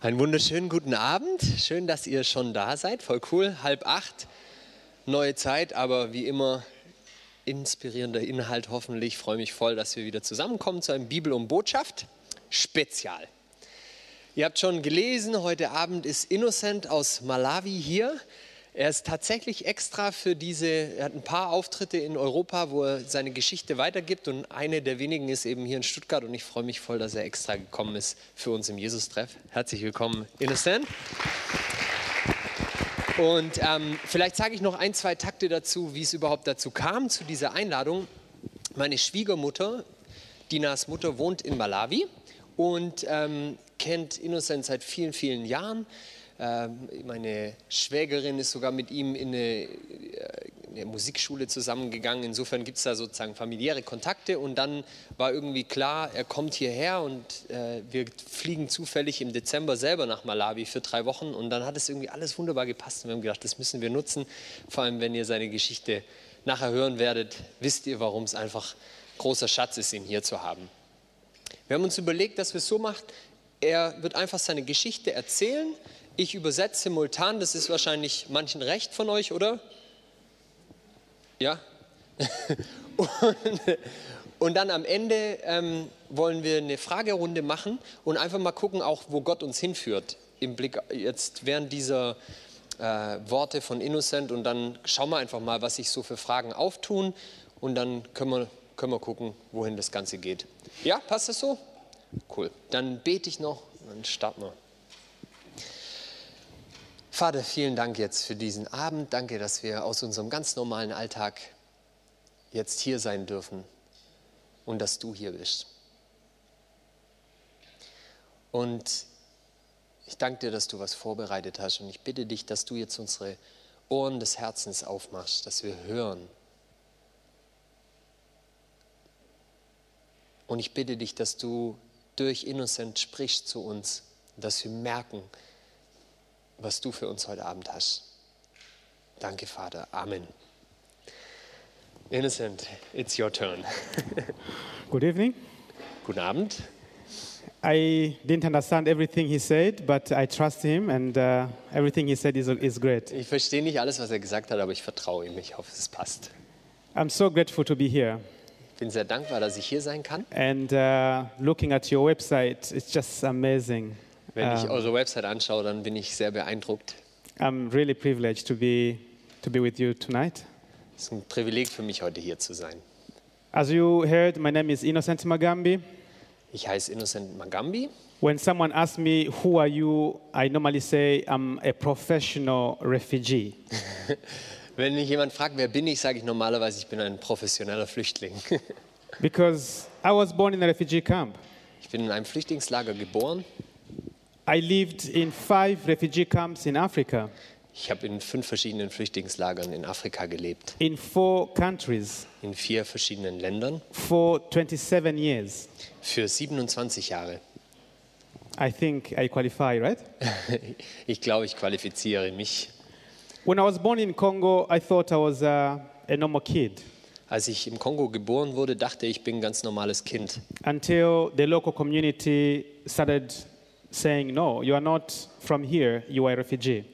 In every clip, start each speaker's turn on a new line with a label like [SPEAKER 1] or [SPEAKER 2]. [SPEAKER 1] Einen wunderschönen guten Abend. Schön, dass ihr schon da seid. Voll cool. Halb acht. Neue Zeit, aber wie immer inspirierender Inhalt hoffentlich. Freue mich voll, dass wir wieder zusammenkommen zu einem Bibel und Botschaft Spezial. Ihr habt schon gelesen, heute Abend ist Innocent aus Malawi hier. Er ist tatsächlich extra für diese, er hat ein paar Auftritte in Europa, wo er seine Geschichte weitergibt und eine der wenigen ist eben hier in Stuttgart und ich freue mich voll, dass er extra gekommen ist für uns im Jesus-Treff. Herzlich willkommen, Innocent. Und ähm, vielleicht sage ich noch ein, zwei Takte dazu, wie es überhaupt dazu kam, zu dieser Einladung. Meine Schwiegermutter, Dinas Mutter, wohnt in Malawi und ähm, kennt Innocent seit vielen, vielen Jahren. Ähm, Meine Schwägerin ist sogar mit ihm in eine, äh, in eine Musikschule zusammengegangen. Insofern gibt es da sozusagen familiäre Kontakte. Und dann war irgendwie klar, er kommt hierher und äh, wir fliegen zufällig im Dezember selber nach Malawi für drei Wochen. Und dann hat es irgendwie alles wunderbar gepasst. Und wir haben gedacht, das müssen wir nutzen. Vor allem, wenn ihr seine Geschichte nachher hören werdet, wisst ihr, warum es einfach großer Schatz ist, ihn hier zu haben. Wir haben uns überlegt, dass wir es so machen. Er wird einfach seine Geschichte erzählen. Ich übersetze simultan. Das ist wahrscheinlich manchen recht von euch, oder? Ja. und, und dann am Ende ähm, wollen wir eine Fragerunde machen und einfach mal gucken, auch wo Gott uns hinführt. Im Blick jetzt während dieser äh, Worte von Innocent und dann schauen wir einfach mal, was sich so für Fragen auftun und dann können wir, können wir gucken, wohin das Ganze geht. Ja, passt das so? Cool. Dann bete ich noch und dann starten wir. Vater, vielen Dank jetzt für diesen Abend. Danke, dass wir aus unserem ganz normalen Alltag jetzt hier sein dürfen und dass du hier bist. Und ich danke dir, dass du was vorbereitet hast und ich bitte dich, dass du jetzt unsere Ohren des Herzens aufmachst, dass wir hören. Und ich bitte dich, dass du durch Innocent sprichst zu uns, dass wir merken, was du für uns heute Abend hast. Danke, Vater. Amen. Innocent, it's your turn.
[SPEAKER 2] Good evening.
[SPEAKER 1] Guten Abend.
[SPEAKER 2] I didn't understand everything he said, but I trust him, and uh, everything he said is, is great.
[SPEAKER 1] Ich verstehe nicht alles, was er gesagt hat, aber ich vertraue ihm. Ich hoffe, es passt.
[SPEAKER 2] I'm so grateful to be here.
[SPEAKER 1] Ich bin sehr dankbar, dass ich hier sein kann.
[SPEAKER 2] And uh, looking at your website, it's just amazing.
[SPEAKER 1] Wenn ich
[SPEAKER 2] Um,
[SPEAKER 1] eure Website anschaue, dann bin ich sehr beeindruckt.
[SPEAKER 2] I'm really privileged to be, to be with you tonight.
[SPEAKER 1] Es ist ein Privileg für mich, heute hier zu sein.
[SPEAKER 2] As you heard, my name is Innocent Magambi.
[SPEAKER 1] Ich heiße Innocent Magambi.
[SPEAKER 2] When someone asks me, Who are you? I normally say, I'm a professional refugee.
[SPEAKER 1] Wenn mich jemand fragt, wer bin ich, sage ich normalerweise, ich bin ein professioneller Flüchtling.
[SPEAKER 2] Because I was born in a refugee camp.
[SPEAKER 1] Ich bin in einem Flüchtlingslager geboren.
[SPEAKER 2] I lived in five refugee camps in Africa,
[SPEAKER 1] Ich habe in fünf verschiedenen Flüchtlingslagern in Afrika gelebt,
[SPEAKER 2] in four countries.
[SPEAKER 1] in vier verschiedenen Ländern,
[SPEAKER 2] for 27 years.
[SPEAKER 1] für 27 Jahre.
[SPEAKER 2] I think I qualify, right?
[SPEAKER 1] Ich glaube, ich qualifiziere mich.
[SPEAKER 2] When I was born in Congo, I thought I was uh, a normal kid
[SPEAKER 1] Als ich im Kongo geboren wurde, dachte ich, ich bin ein ganz normales Kind.
[SPEAKER 2] until the local community started saying, No, you are not from here, you are a refugee.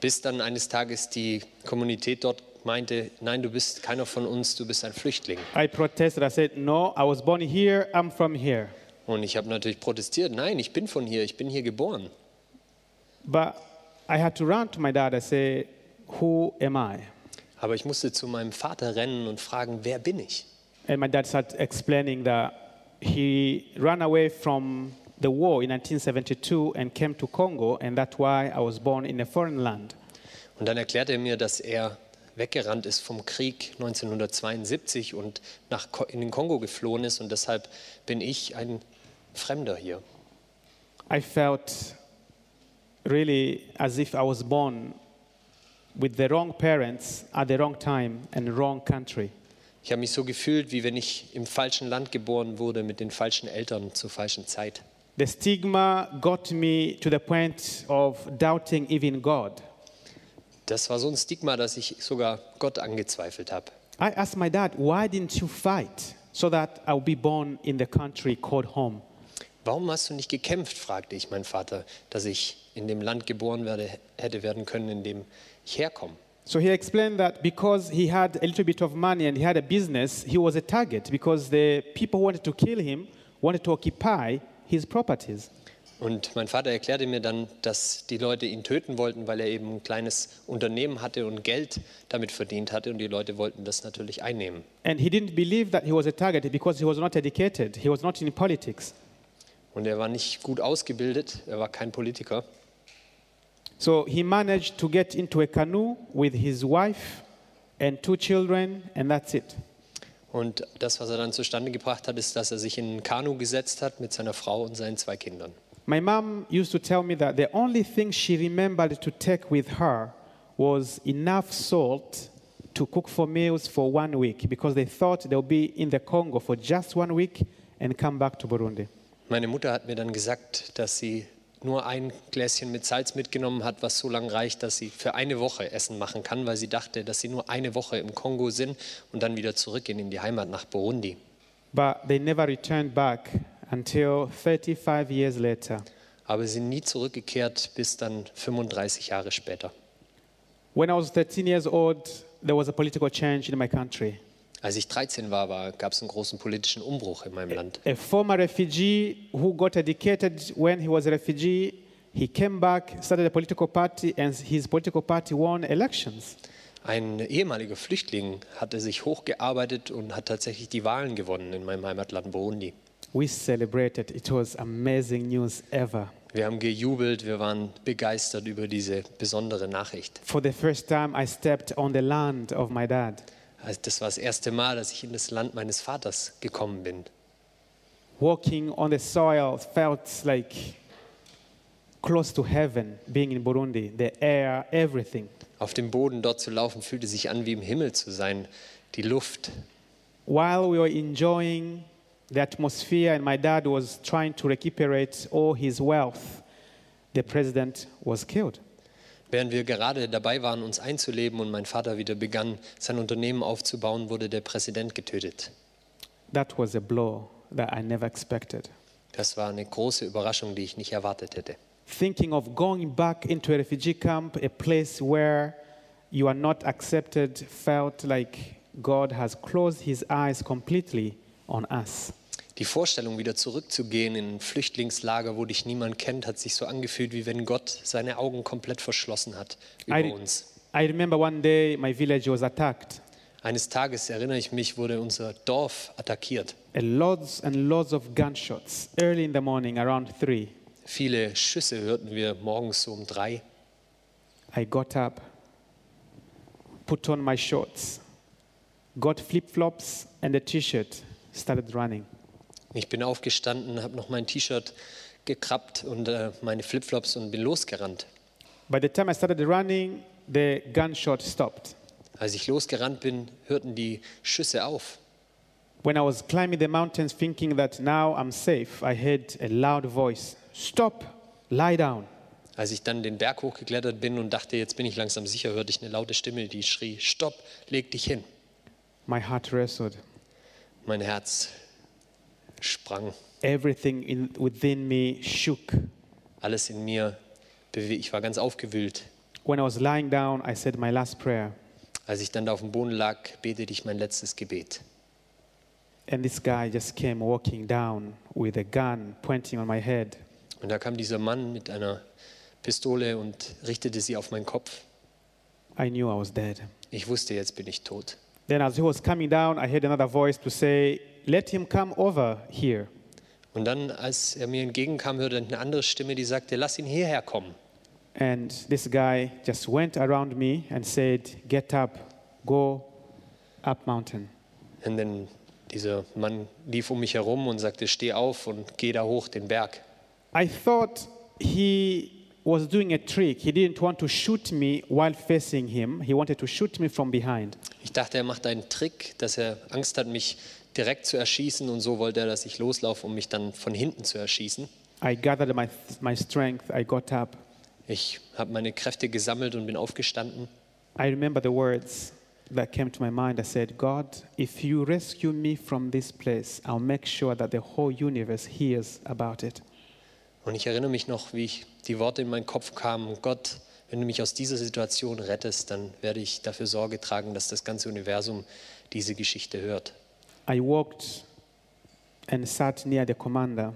[SPEAKER 1] Bis dann eines Tages die Kommunität dort meinte, nein, du bist keiner von uns, du bist ein Flüchtling.
[SPEAKER 2] I protested, I said, No, I was born here, I'm from here.
[SPEAKER 1] Und ich habe natürlich protestiert, nein, ich bin von hier, ich bin hier geboren.
[SPEAKER 2] But I had to run to my dad, I say, Who am I?
[SPEAKER 1] Aber ich musste zu meinem Vater rennen und fragen, wer bin ich?
[SPEAKER 2] And my dad started explaining that he ran away from the war in 1972 and came to Congo, and that's why I was born in a foreign land.
[SPEAKER 1] Und dann erklärte er mir, dass er weggerannt ist vom Krieg 1972 und nach Ko in den Kongo geflohen ist und deshalb bin ich ein Fremder hier.
[SPEAKER 2] I felt really as if I was born with the wrong parents at the wrong time and wrong country.
[SPEAKER 1] Ich habe mich so gefühlt, wie wenn ich im falschen Land geboren wurde, mit den falschen Eltern zur falschen Zeit.
[SPEAKER 2] The stigma got me to the point of doubting even God.
[SPEAKER 1] Das war so ein Stigma, dass ich sogar Gott angezweifelt habe.
[SPEAKER 2] I asked my dad, Why didn't you fight so that I'll be born in the country called home?
[SPEAKER 1] Warum hast du nicht gekämpft? fragte ich meinen Vater, dass ich in dem Land geboren werde, hätte werden können, in dem ich herkomme.
[SPEAKER 2] So he explained that because he had a little bit of money and he had a business, he was a target because the people who wanted to kill him wanted to occupy his properties.
[SPEAKER 1] Und mein Vater erklärte mir dann, dass die Leute ihn töten wollten, weil er eben ein kleines Unternehmen hatte und Geld damit verdient hatte. Und die Leute wollten das natürlich einnehmen.
[SPEAKER 2] And he didn't believe that he was a target because he was not educated, he was not in politics.
[SPEAKER 1] Und er war nicht gut ausgebildet, er war kein Politiker.
[SPEAKER 2] So he managed to get into a canoe with his wife and two children, and that's it.
[SPEAKER 1] Und das, was er dann zustande gebracht hat, ist, dass er sich in ein Kanu gesetzt hat mit seiner Frau und seinen zwei Kindern.
[SPEAKER 2] My mom used to tell me that the only thing she remembered to take with her was enough salt to cook for meals for one week because they thought they'll be in the Congo for just one week and come back to Burundi.
[SPEAKER 1] Meine Mutter hat mir dann gesagt, dass sie nur ein Gläschen mit Salz mitgenommen hat, was so lange reicht, dass sie für eine Woche Essen machen kann, weil sie dachte, dass sie nur eine Woche im Kongo sind und dann wieder zurückgehen in die Heimat nach Burundi.
[SPEAKER 2] But they never returned back until 35 years later.
[SPEAKER 1] Aber sie sind nie zurückgekehrt bis dann 35 Jahre später.
[SPEAKER 2] When I was 13 years old, there was a political change in my country.
[SPEAKER 1] Als ich 13 war, war gab es einen großen politischen Umbruch in meinem Land.
[SPEAKER 2] A former refugee who got educated when he was a refugee, he came back, started a political party, and his political party won elections.
[SPEAKER 1] Ein ehemaliger Flüchtling hatte sich hochgearbeitet und hat tatsächlich die Wahlen gewonnen in meinem Heimatland Burundi.
[SPEAKER 2] We celebrated. It was amazing news ever.
[SPEAKER 1] Wir haben gejubelt, wir waren begeistert über diese besondere Nachricht.
[SPEAKER 2] For the first time, I stepped on the land of my dad.
[SPEAKER 1] Also das war das erste Mal, dass ich in das Land meines Vaters gekommen bin.
[SPEAKER 2] Walking on the soil felt like close to heaven, being in Burundi, the air, everything.
[SPEAKER 1] Auf dem Boden dort zu laufen, fühlte sich an, wie im Himmel zu sein. Die Luft.
[SPEAKER 2] While we were enjoying the atmosphere and my dad was trying to recuperate all his wealth, the president was killed.
[SPEAKER 1] Während wir gerade dabei waren, uns einzuleben und mein Vater wieder begann, sein Unternehmen aufzubauen, wurde der Präsident getötet.
[SPEAKER 2] That was a blow that I never expected.
[SPEAKER 1] Das war eine große Überraschung, die ich nicht erwartet hätte.
[SPEAKER 2] Thinking of going back into a refugee camp, a place where you are not accepted, felt like God has closed his eyes completely on us.
[SPEAKER 1] Die Vorstellung, wieder zurückzugehen in ein Flüchtlingslager, wo dich niemand kennt, hat sich so angefühlt, wie wenn Gott seine Augen komplett verschlossen hat über
[SPEAKER 2] I,
[SPEAKER 1] uns.
[SPEAKER 2] I remember one day my village was attacked.
[SPEAKER 1] Eines Tages, erinnere ich mich, wurde unser Dorf attackiert.
[SPEAKER 2] A lots and lots of gunshots early in the morning around 3.
[SPEAKER 1] Viele Schüsse hörten wir morgens so um drei.
[SPEAKER 2] I got up, put on my shorts, got flip flops and a t shirt, started running.
[SPEAKER 1] Ich bin aufgestanden, habe noch mein T-Shirt gekrabbt und äh, meine Flipflops und bin losgerannt.
[SPEAKER 2] By the time I started running, the gunshot stopped.
[SPEAKER 1] Als ich losgerannt bin, hörten die Schüsse auf.
[SPEAKER 2] When I was climbing the mountains thinking that now I'm safe, I heard a loud voice Stop, lie down.
[SPEAKER 1] Als ich dann den Berg hochgeklettert bin und dachte, jetzt bin ich langsam sicher, hörte ich eine laute Stimme, die schrie, Stopp, leg dich hin.
[SPEAKER 2] My heart wrestled.
[SPEAKER 1] Mein Herz sprang.
[SPEAKER 2] Everything in, within me shook.
[SPEAKER 1] Alles in mir bewegt. Ich war ganz aufgewühlt.
[SPEAKER 2] When I was lying down, I said my last prayer,
[SPEAKER 1] Als ich dann da auf dem Boden lag, betete ich mein letztes Gebet.
[SPEAKER 2] and this guy just came walking down with a gun pointing on my head.
[SPEAKER 1] Und da kam dieser Mann mit einer Pistole und richtete sie auf meinen Kopf.
[SPEAKER 2] I knew I was dead.
[SPEAKER 1] Ich wusste, jetzt bin ich tot.
[SPEAKER 2] Then, as he was coming down, I heard another voice to say, Let him come over here.
[SPEAKER 1] Und dann, als er mir entgegenkam, hörte ich eine andere Stimme, die sagte, lass ihn hierher kommen.
[SPEAKER 2] And this guy just went around me and said, Get up, go up mountain.
[SPEAKER 1] Und dann dieser Mann lief um mich herum und sagte, steh auf und geh da hoch den Berg.
[SPEAKER 2] I thought he was doing a trick. He didn't want to shoot me while facing him, he wanted to shoot me from behind.
[SPEAKER 1] Ich dachte, er macht einen Trick, dass er Angst hat, mich direkt zu erschießen und so wollte er, dass ich loslaufe, um mich dann von hinten zu erschießen.
[SPEAKER 2] I gathered my, my strength, I got up.
[SPEAKER 1] Ich habe meine Kräfte gesammelt und bin aufgestanden.
[SPEAKER 2] I remember the words that came to my mind. I said, God, if you rescue me from this place, I'll make sure that the whole universe hears about it.
[SPEAKER 1] Und ich erinnere mich noch, wie ich, die Worte in meinen Kopf kamen, Gott, wenn du mich aus dieser Situation rettest, dann werde ich dafür Sorge tragen, dass das ganze Universum diese Geschichte hört.
[SPEAKER 2] I walked and sat near the commander,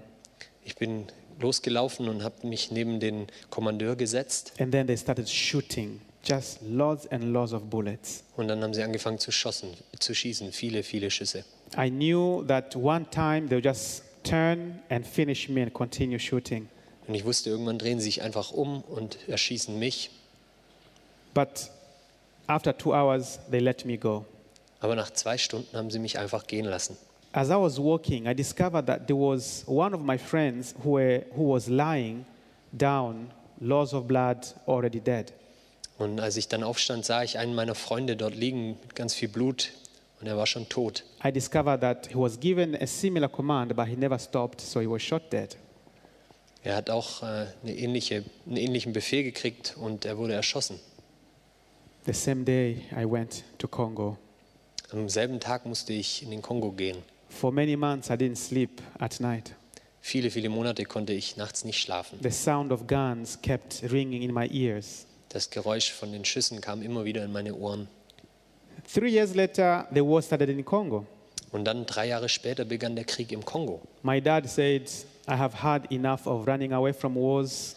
[SPEAKER 1] Ich bin losgelaufen und habe mich neben den Kommandeur gesetzt
[SPEAKER 2] and then they started shooting just loads and loads of bullets.
[SPEAKER 1] und dann haben sie angefangen zu, schossen, zu schießen, viele, viele Schüsse.
[SPEAKER 2] I knew that one time they'll just turn and finish me and continue shooting.
[SPEAKER 1] Und ich wusste, irgendwann drehen sie sich einfach um und erschießen mich.
[SPEAKER 2] But after two hours, they let me go.
[SPEAKER 1] Aber nach zwei Stunden haben sie mich einfach gehen lassen.
[SPEAKER 2] As I was walking, I discovered that there was one of my friends who, were, who was lying down, loss of blood, already dead.
[SPEAKER 1] Und als ich dann aufstand, sah ich einen meiner Freunde dort liegen mit ganz viel Blut und er war schon tot.
[SPEAKER 2] I discovered that he was given a similar command, but he never stopped, so he was shot dead.
[SPEAKER 1] Er hat auch äh, eine ähnliche, einen ähnlichen Befehl gekriegt und er wurde erschossen.
[SPEAKER 2] The same day, I went to Congo.
[SPEAKER 1] Am selben Tag musste ich in den Kongo gehen.
[SPEAKER 2] For many months, I didn't sleep at night.
[SPEAKER 1] Viele, viele Monate konnte ich nachts nicht schlafen.
[SPEAKER 2] The sound of guns kept ringing in my ears.
[SPEAKER 1] Das Geräusch von den Schüssen kam immer wieder in meine Ohren.
[SPEAKER 2] Three years later, the war started in Congo.
[SPEAKER 1] Und dann drei Jahre später begann der Krieg im Kongo.
[SPEAKER 2] My dad said, I have had enough of running away from wars.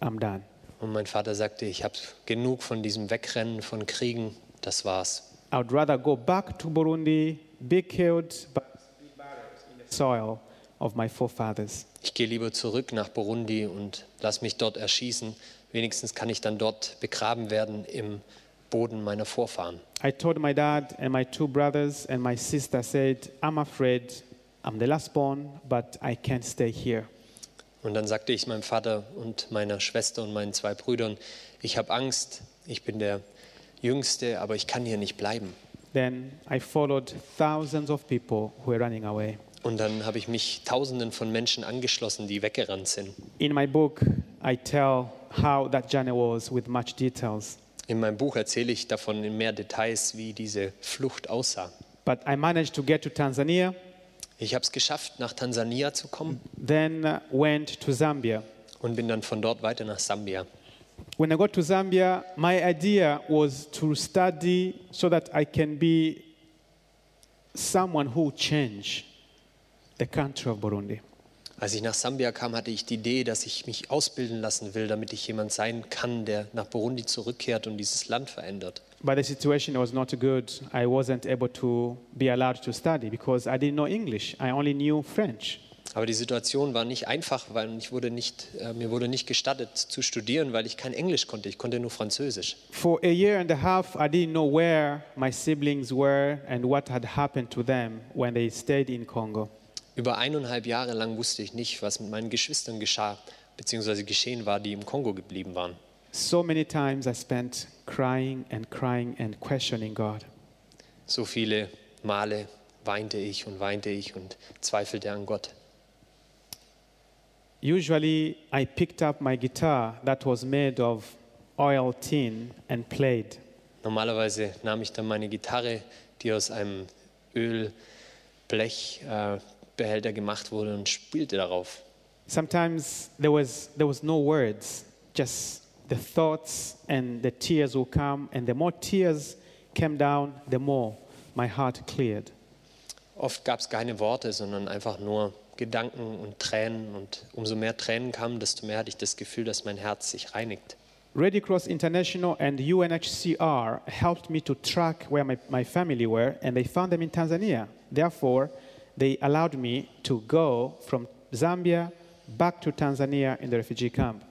[SPEAKER 2] I'm done.
[SPEAKER 1] Und mein Vater sagte, ich habe genug von diesem Wegrennen von Kriegen, das war's.
[SPEAKER 2] I would rather go back to Burundi, be killed, but be buried in the soil of my forefathers.
[SPEAKER 1] Ich gehe lieber zurück nach Burundi und lass mich dort erschießen. Wenigstens kann ich dann dort begraben werden im Boden meiner Vorfahren.
[SPEAKER 2] I told my dad and my two brothers and my sister, said, I'm afraid I'm the last born, but I can't stay here.
[SPEAKER 1] Und dann sagte ich meinem Vater und meiner Schwester und meinen zwei Brüdern, ich habe Angst, ich bin der Jüngste, aber ich kann hier nicht bleiben.
[SPEAKER 2] Then I followed thousands of people who were running away.
[SPEAKER 1] Und dann habe ich mich Tausenden von Menschen angeschlossen, die weggerannt sind.
[SPEAKER 2] In my book, I tell how that journey was with much details,
[SPEAKER 1] In meinem Buch erzähle ich davon in mehr Details, wie diese Flucht aussah.
[SPEAKER 2] but I managed to get to Tanzania,
[SPEAKER 1] Ich habe es geschafft, nach Tansania zu kommen
[SPEAKER 2] then went to Zambia.
[SPEAKER 1] und bin dann von dort weiter nach Sambia.
[SPEAKER 2] When I got to Zambia, my idea was to study so that I can be someone who will change the country of Burundi.
[SPEAKER 1] Als ich nach Sambia kam, hatte ich die Idee, dass ich mich ausbilden lassen will, damit ich jemand sein kann, der nach Burundi zurückkehrt und dieses Land verändert.
[SPEAKER 2] But the situation was not good. I wasn't able to be allowed to study because I didn't know English. I only knew French.
[SPEAKER 1] Aber die Situation war nicht einfach, weil ich wurde nicht, äh, mir wurde nicht gestattet zu studieren, weil ich kein Englisch konnte. Ich konnte nur Französisch.
[SPEAKER 2] For a year and a half, I didn't know where my siblings were and what had happened to them when they stayed in Congo.
[SPEAKER 1] Über eineinhalb Jahre lang wusste ich nicht, was mit meinen Geschwistern geschah bzw. geschehen war, die im Kongo geblieben waren.
[SPEAKER 2] So many times I spent crying and crying and questioning God.
[SPEAKER 1] So viele Male weinte ich und weinte ich und zweifelte an Gott.
[SPEAKER 2] Usually, I picked up my guitar that was made of oil tin and played.
[SPEAKER 1] Normalerweise nahm ich dann meine Gitarre, die aus einem Ölblechbehälter äh, Behälter gemacht wurde, und spielte darauf.
[SPEAKER 2] Sometimes there was, there was no words, just the thoughts and the tears will come, and the more tears came down, the more my heart cleared.
[SPEAKER 1] Oft gab es keine Worte, sondern einfach nur Gedanken und Tränen. Und umso mehr Tränen kamen, desto mehr hatte ich das Gefühl, dass mein Herz sich reinigt.
[SPEAKER 2] Red Cross International and UNHCR helped me to track where my, my family were, and they found them in Tanzania. Therefore, they allowed me to go from Zambia back to Tanzania in the refugee camp.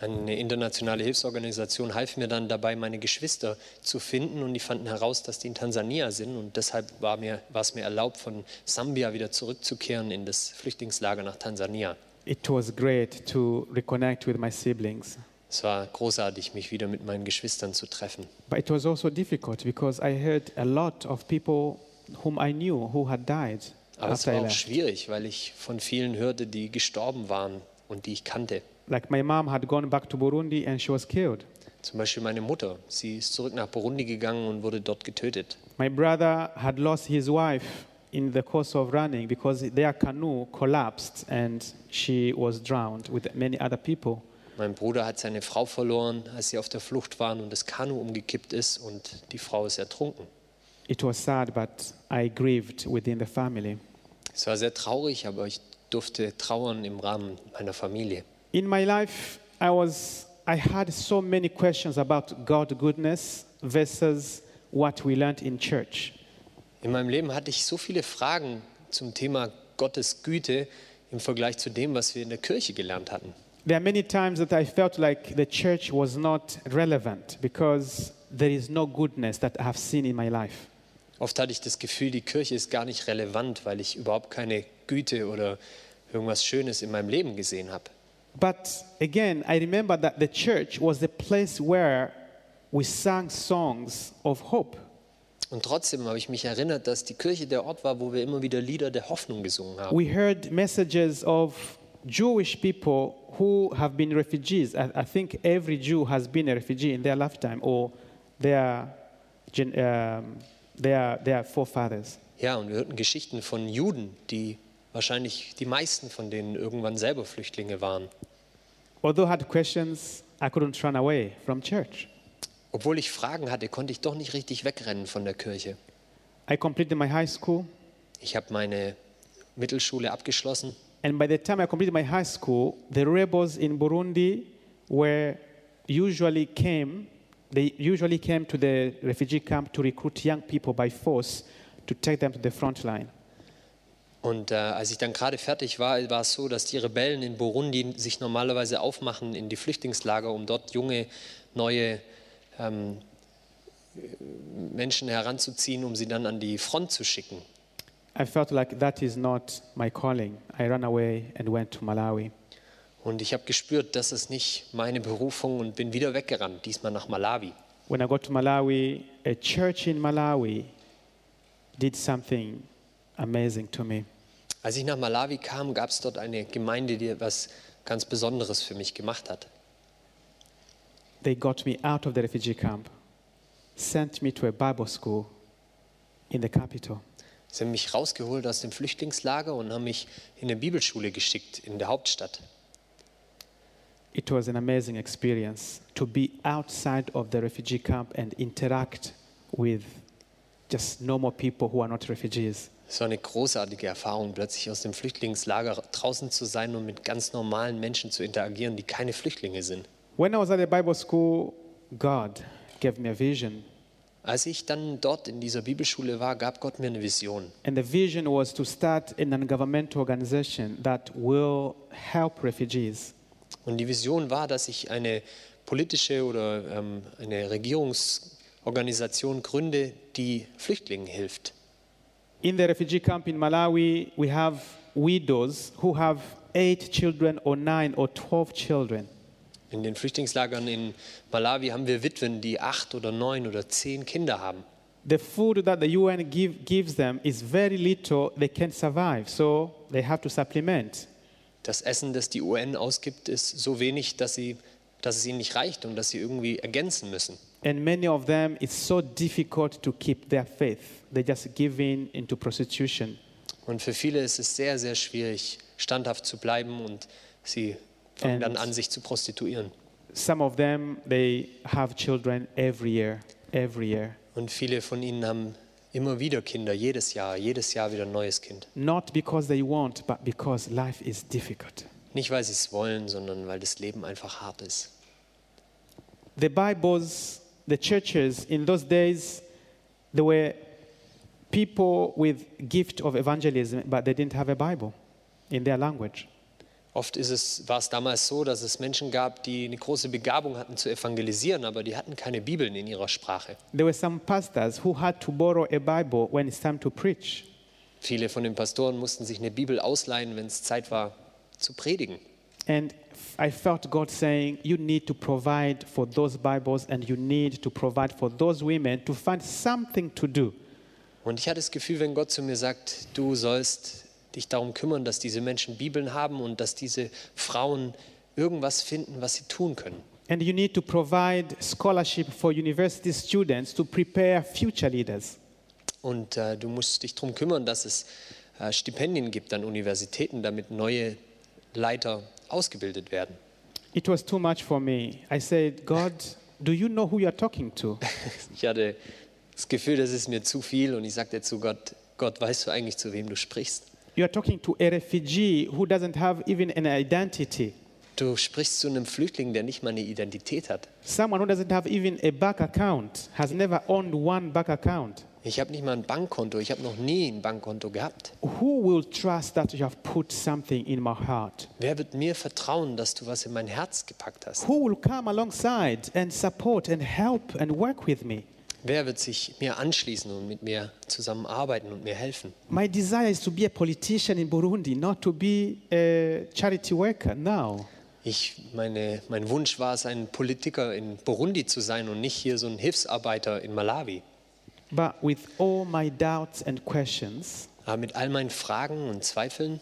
[SPEAKER 1] Eine internationale Hilfsorganisation half mir dann dabei, meine Geschwister zu finden. Und die fanden heraus, dass die in Tansania sind. Und deshalb war, mir, war es mir erlaubt, von Sambia wieder zurückzukehren in das Flüchtlingslager nach Tansania.
[SPEAKER 2] It was great to reconnect with my siblings,
[SPEAKER 1] Es war großartig, mich wieder mit meinen Geschwistern zu treffen.
[SPEAKER 2] but it was also difficult because I heard a lot of people whom I knew who had died
[SPEAKER 1] Aber es
[SPEAKER 2] after I
[SPEAKER 1] war auch
[SPEAKER 2] left.
[SPEAKER 1] schwierig, weil ich von vielen hörte, die gestorben waren und die ich kannte.
[SPEAKER 2] Like my mom had gone back to Burundi and she was killed.
[SPEAKER 1] Zum Beispiel meine Mutter. Sie ist zurück nach Burundi gegangen und wurde dort getötet.
[SPEAKER 2] My brother had lost his wife in the course of running because their canoe collapsed and she was drowned with many other people.
[SPEAKER 1] Mein Bruder hat seine Frau verloren, als sie auf der Flucht waren und das Kanu umgekippt ist und die Frau ist ertrunken.
[SPEAKER 2] It was sad, but I grieved within the family.
[SPEAKER 1] Es war sehr traurig, aber ich durfte trauern im Rahmen meiner Familie.
[SPEAKER 2] In my life, I was I had so many questions about God goodness versus what we learned in church.
[SPEAKER 1] In meinem Leben hatte ich so viele Fragen zum Thema Gottes Güte im Vergleich zu dem, was wir in der Kirche gelernt hatten.
[SPEAKER 2] There are many times that I felt like the church was not relevant because there is no goodness that I have seen in my life.
[SPEAKER 1] Oft hatte ich das Gefühl, die Kirche ist gar nicht relevant, weil ich überhaupt keine Güte oder irgendwas Schönes in meinem Leben gesehen habe.
[SPEAKER 2] But again, I remember that the church was the place where we sang songs of hope.
[SPEAKER 1] Und trotzdem habe ich mich erinnert, dass die Kirche der Ort war, wo wir immer wieder Lieder der Hoffnung gesungen haben.
[SPEAKER 2] We heard messages of Jewish people who have been refugees. I, I think every Jew has been a refugee in their lifetime or their, gen- um, their, their forefathers.
[SPEAKER 1] Ja, und wir hörten Geschichten von Juden, die wahrscheinlich die meisten von denen irgendwann selber Flüchtlinge waren.
[SPEAKER 2] Although I had questions, I couldn't run away from church.
[SPEAKER 1] Obwohl ich Fragen hatte, konnte ich doch nicht richtig wegrennen von der Kirche.
[SPEAKER 2] I completed my high school,
[SPEAKER 1] Ich habe meine Mittelschule abgeschlossen
[SPEAKER 2] and by the time I completed my high school, the rebels in Burundi were usually came, they usually came to the refugee camp to recruit young people by force to take them to the front line.
[SPEAKER 1] Und äh, als ich dann gerade fertig war, war es so, dass die Rebellen in Burundi sich normalerweise aufmachen in die Flüchtlingslager, um dort junge, neue ähm, Menschen heranzuziehen, um sie dann an die Front zu schicken.
[SPEAKER 2] I felt like that is not my calling. I ran away and went to Malawi.
[SPEAKER 1] Und ich habe gespürt, das ist nicht meine Berufung und bin wieder weggerannt, diesmal nach Malawi.
[SPEAKER 2] When I got to Malawi, a church in Malawi did something amazing to me.
[SPEAKER 1] Als ich nach Malawi kam, gab es dort eine Gemeinde, die etwas ganz Besonderes für mich gemacht hat.
[SPEAKER 2] They got me out of the refugee camp, sent me to a Bible school in the capital.
[SPEAKER 1] Sie haben mich rausgeholt aus dem Flüchtlingslager und haben mich in eine Bibelschule geschickt in der Hauptstadt.
[SPEAKER 2] It was an amazing experience to be outside of the refugee camp and interact with just normal people who are not refugees.
[SPEAKER 1] Es war eine großartige Erfahrung, plötzlich aus dem Flüchtlingslager draußen zu sein und mit ganz normalen Menschen zu interagieren, die keine Flüchtlinge sind.
[SPEAKER 2] When I was at the Bible school, God gave me a vision.
[SPEAKER 1] Als ich dann dort in dieser Bibelschule war, gab Gott mir eine Vision.
[SPEAKER 2] And the vision was to start a non governmental organization that will help refugees.
[SPEAKER 1] Und die Vision war, dass ich eine politische oder ähm, eine Regierungsorganisation gründe, die Flüchtlingen hilft.
[SPEAKER 2] In the refugee camp in Malawi, we have widows who have eight children, or nine, or 12 children.
[SPEAKER 1] In den Flüchtlingslagern in Malawi haben wir Witwen, die acht oder neun oder zehn Kinder haben.
[SPEAKER 2] The food that the UN give, gives them is very little, they can survive, so they have to supplement.
[SPEAKER 1] Das Essen, das die UN ausgibt, ist so wenig, dass, sie, dass es ihnen nicht reicht und dass sie irgendwie ergänzen müssen.
[SPEAKER 2] And many of them, it's so difficult to keep their faith. They just give in into prostitution.
[SPEAKER 1] Und für viele ist es sehr, sehr schwierig, standhaft zu bleiben und sie fangen dann
[SPEAKER 2] And-
[SPEAKER 1] an, sich zu prostituieren.
[SPEAKER 2] Some of them, they have children every year, every year.
[SPEAKER 1] Und viele von ihnen haben immer wieder Kinder, jedes Jahr, jedes Jahr wieder ein neues Kind.
[SPEAKER 2] Not because they want, but because life is difficult.
[SPEAKER 1] Nicht, weil sie es wollen, sondern weil das Leben einfach hart ist.
[SPEAKER 2] the Bibles, the churches in those days, there were people with gift of evangelism, but they didn't have a Bible in their language.
[SPEAKER 1] Oft ist es, war es damals so, dass es Menschen gab, die eine große Begabung hatten zu evangelisieren, aber die hatten keine Bibeln in ihrer Sprache.
[SPEAKER 2] There were some pastors who had to borrow a Bible when it's time to preach.
[SPEAKER 1] Viele von den Pastoren mussten sich eine Bibel ausleihen, wenn es Zeit war, zu predigen.
[SPEAKER 2] And f- I felt God saying, You need to provide for those Bibles and you need to provide for those women to find something to do.
[SPEAKER 1] Und ich hatte das Gefühl, wenn Gott zu mir sagt, du sollst dich darum kümmern, dass diese Menschen Bibeln haben und dass diese Frauen irgendwas finden, was sie tun können.
[SPEAKER 2] And you need to provide scholarship for university students to prepare future leaders.
[SPEAKER 1] Und äh, du musst dich darum kümmern, dass es äh, Stipendien gibt an Universitäten, damit neue Leiter ausgebildet werden.
[SPEAKER 2] It was too much for me. I said, God, do you know who you're talking to?
[SPEAKER 1] Ich hatte das Gefühl, das ist mir zu viel und ich sagte zu Gott, Gott, weißt du eigentlich, zu wem du sprichst?
[SPEAKER 2] You're talking to a refugee who doesn't have even an identity,
[SPEAKER 1] Du sprichst zu einem Flüchtling, der nicht mal eine Identität hat.
[SPEAKER 2] someone who doesn't have even a bank account, has never owned one bank account.
[SPEAKER 1] Ich habe nicht mal ein Bankkonto, ich habe noch nie ein Bankkonto gehabt.
[SPEAKER 2] Who will trust that you have put something in my heart?
[SPEAKER 1] Wer wird mir vertrauen, dass du was in mein Herz gepackt hast?
[SPEAKER 2] Who will come alongside and support and help and work with me?
[SPEAKER 1] Wer wird sich mir anschließen und mit mir zusammenarbeiten und mir helfen?
[SPEAKER 2] My desire is to be a politician in Burundi, not to be a charity worker now.
[SPEAKER 1] Ich, meine, mein Wunsch war es, ein Politiker in Burundi zu sein und nicht hier so ein Hilfsarbeiter in Malawi.
[SPEAKER 2] But with all my doubts and questions,
[SPEAKER 1] Aber mit all meinen Fragen und Zweifeln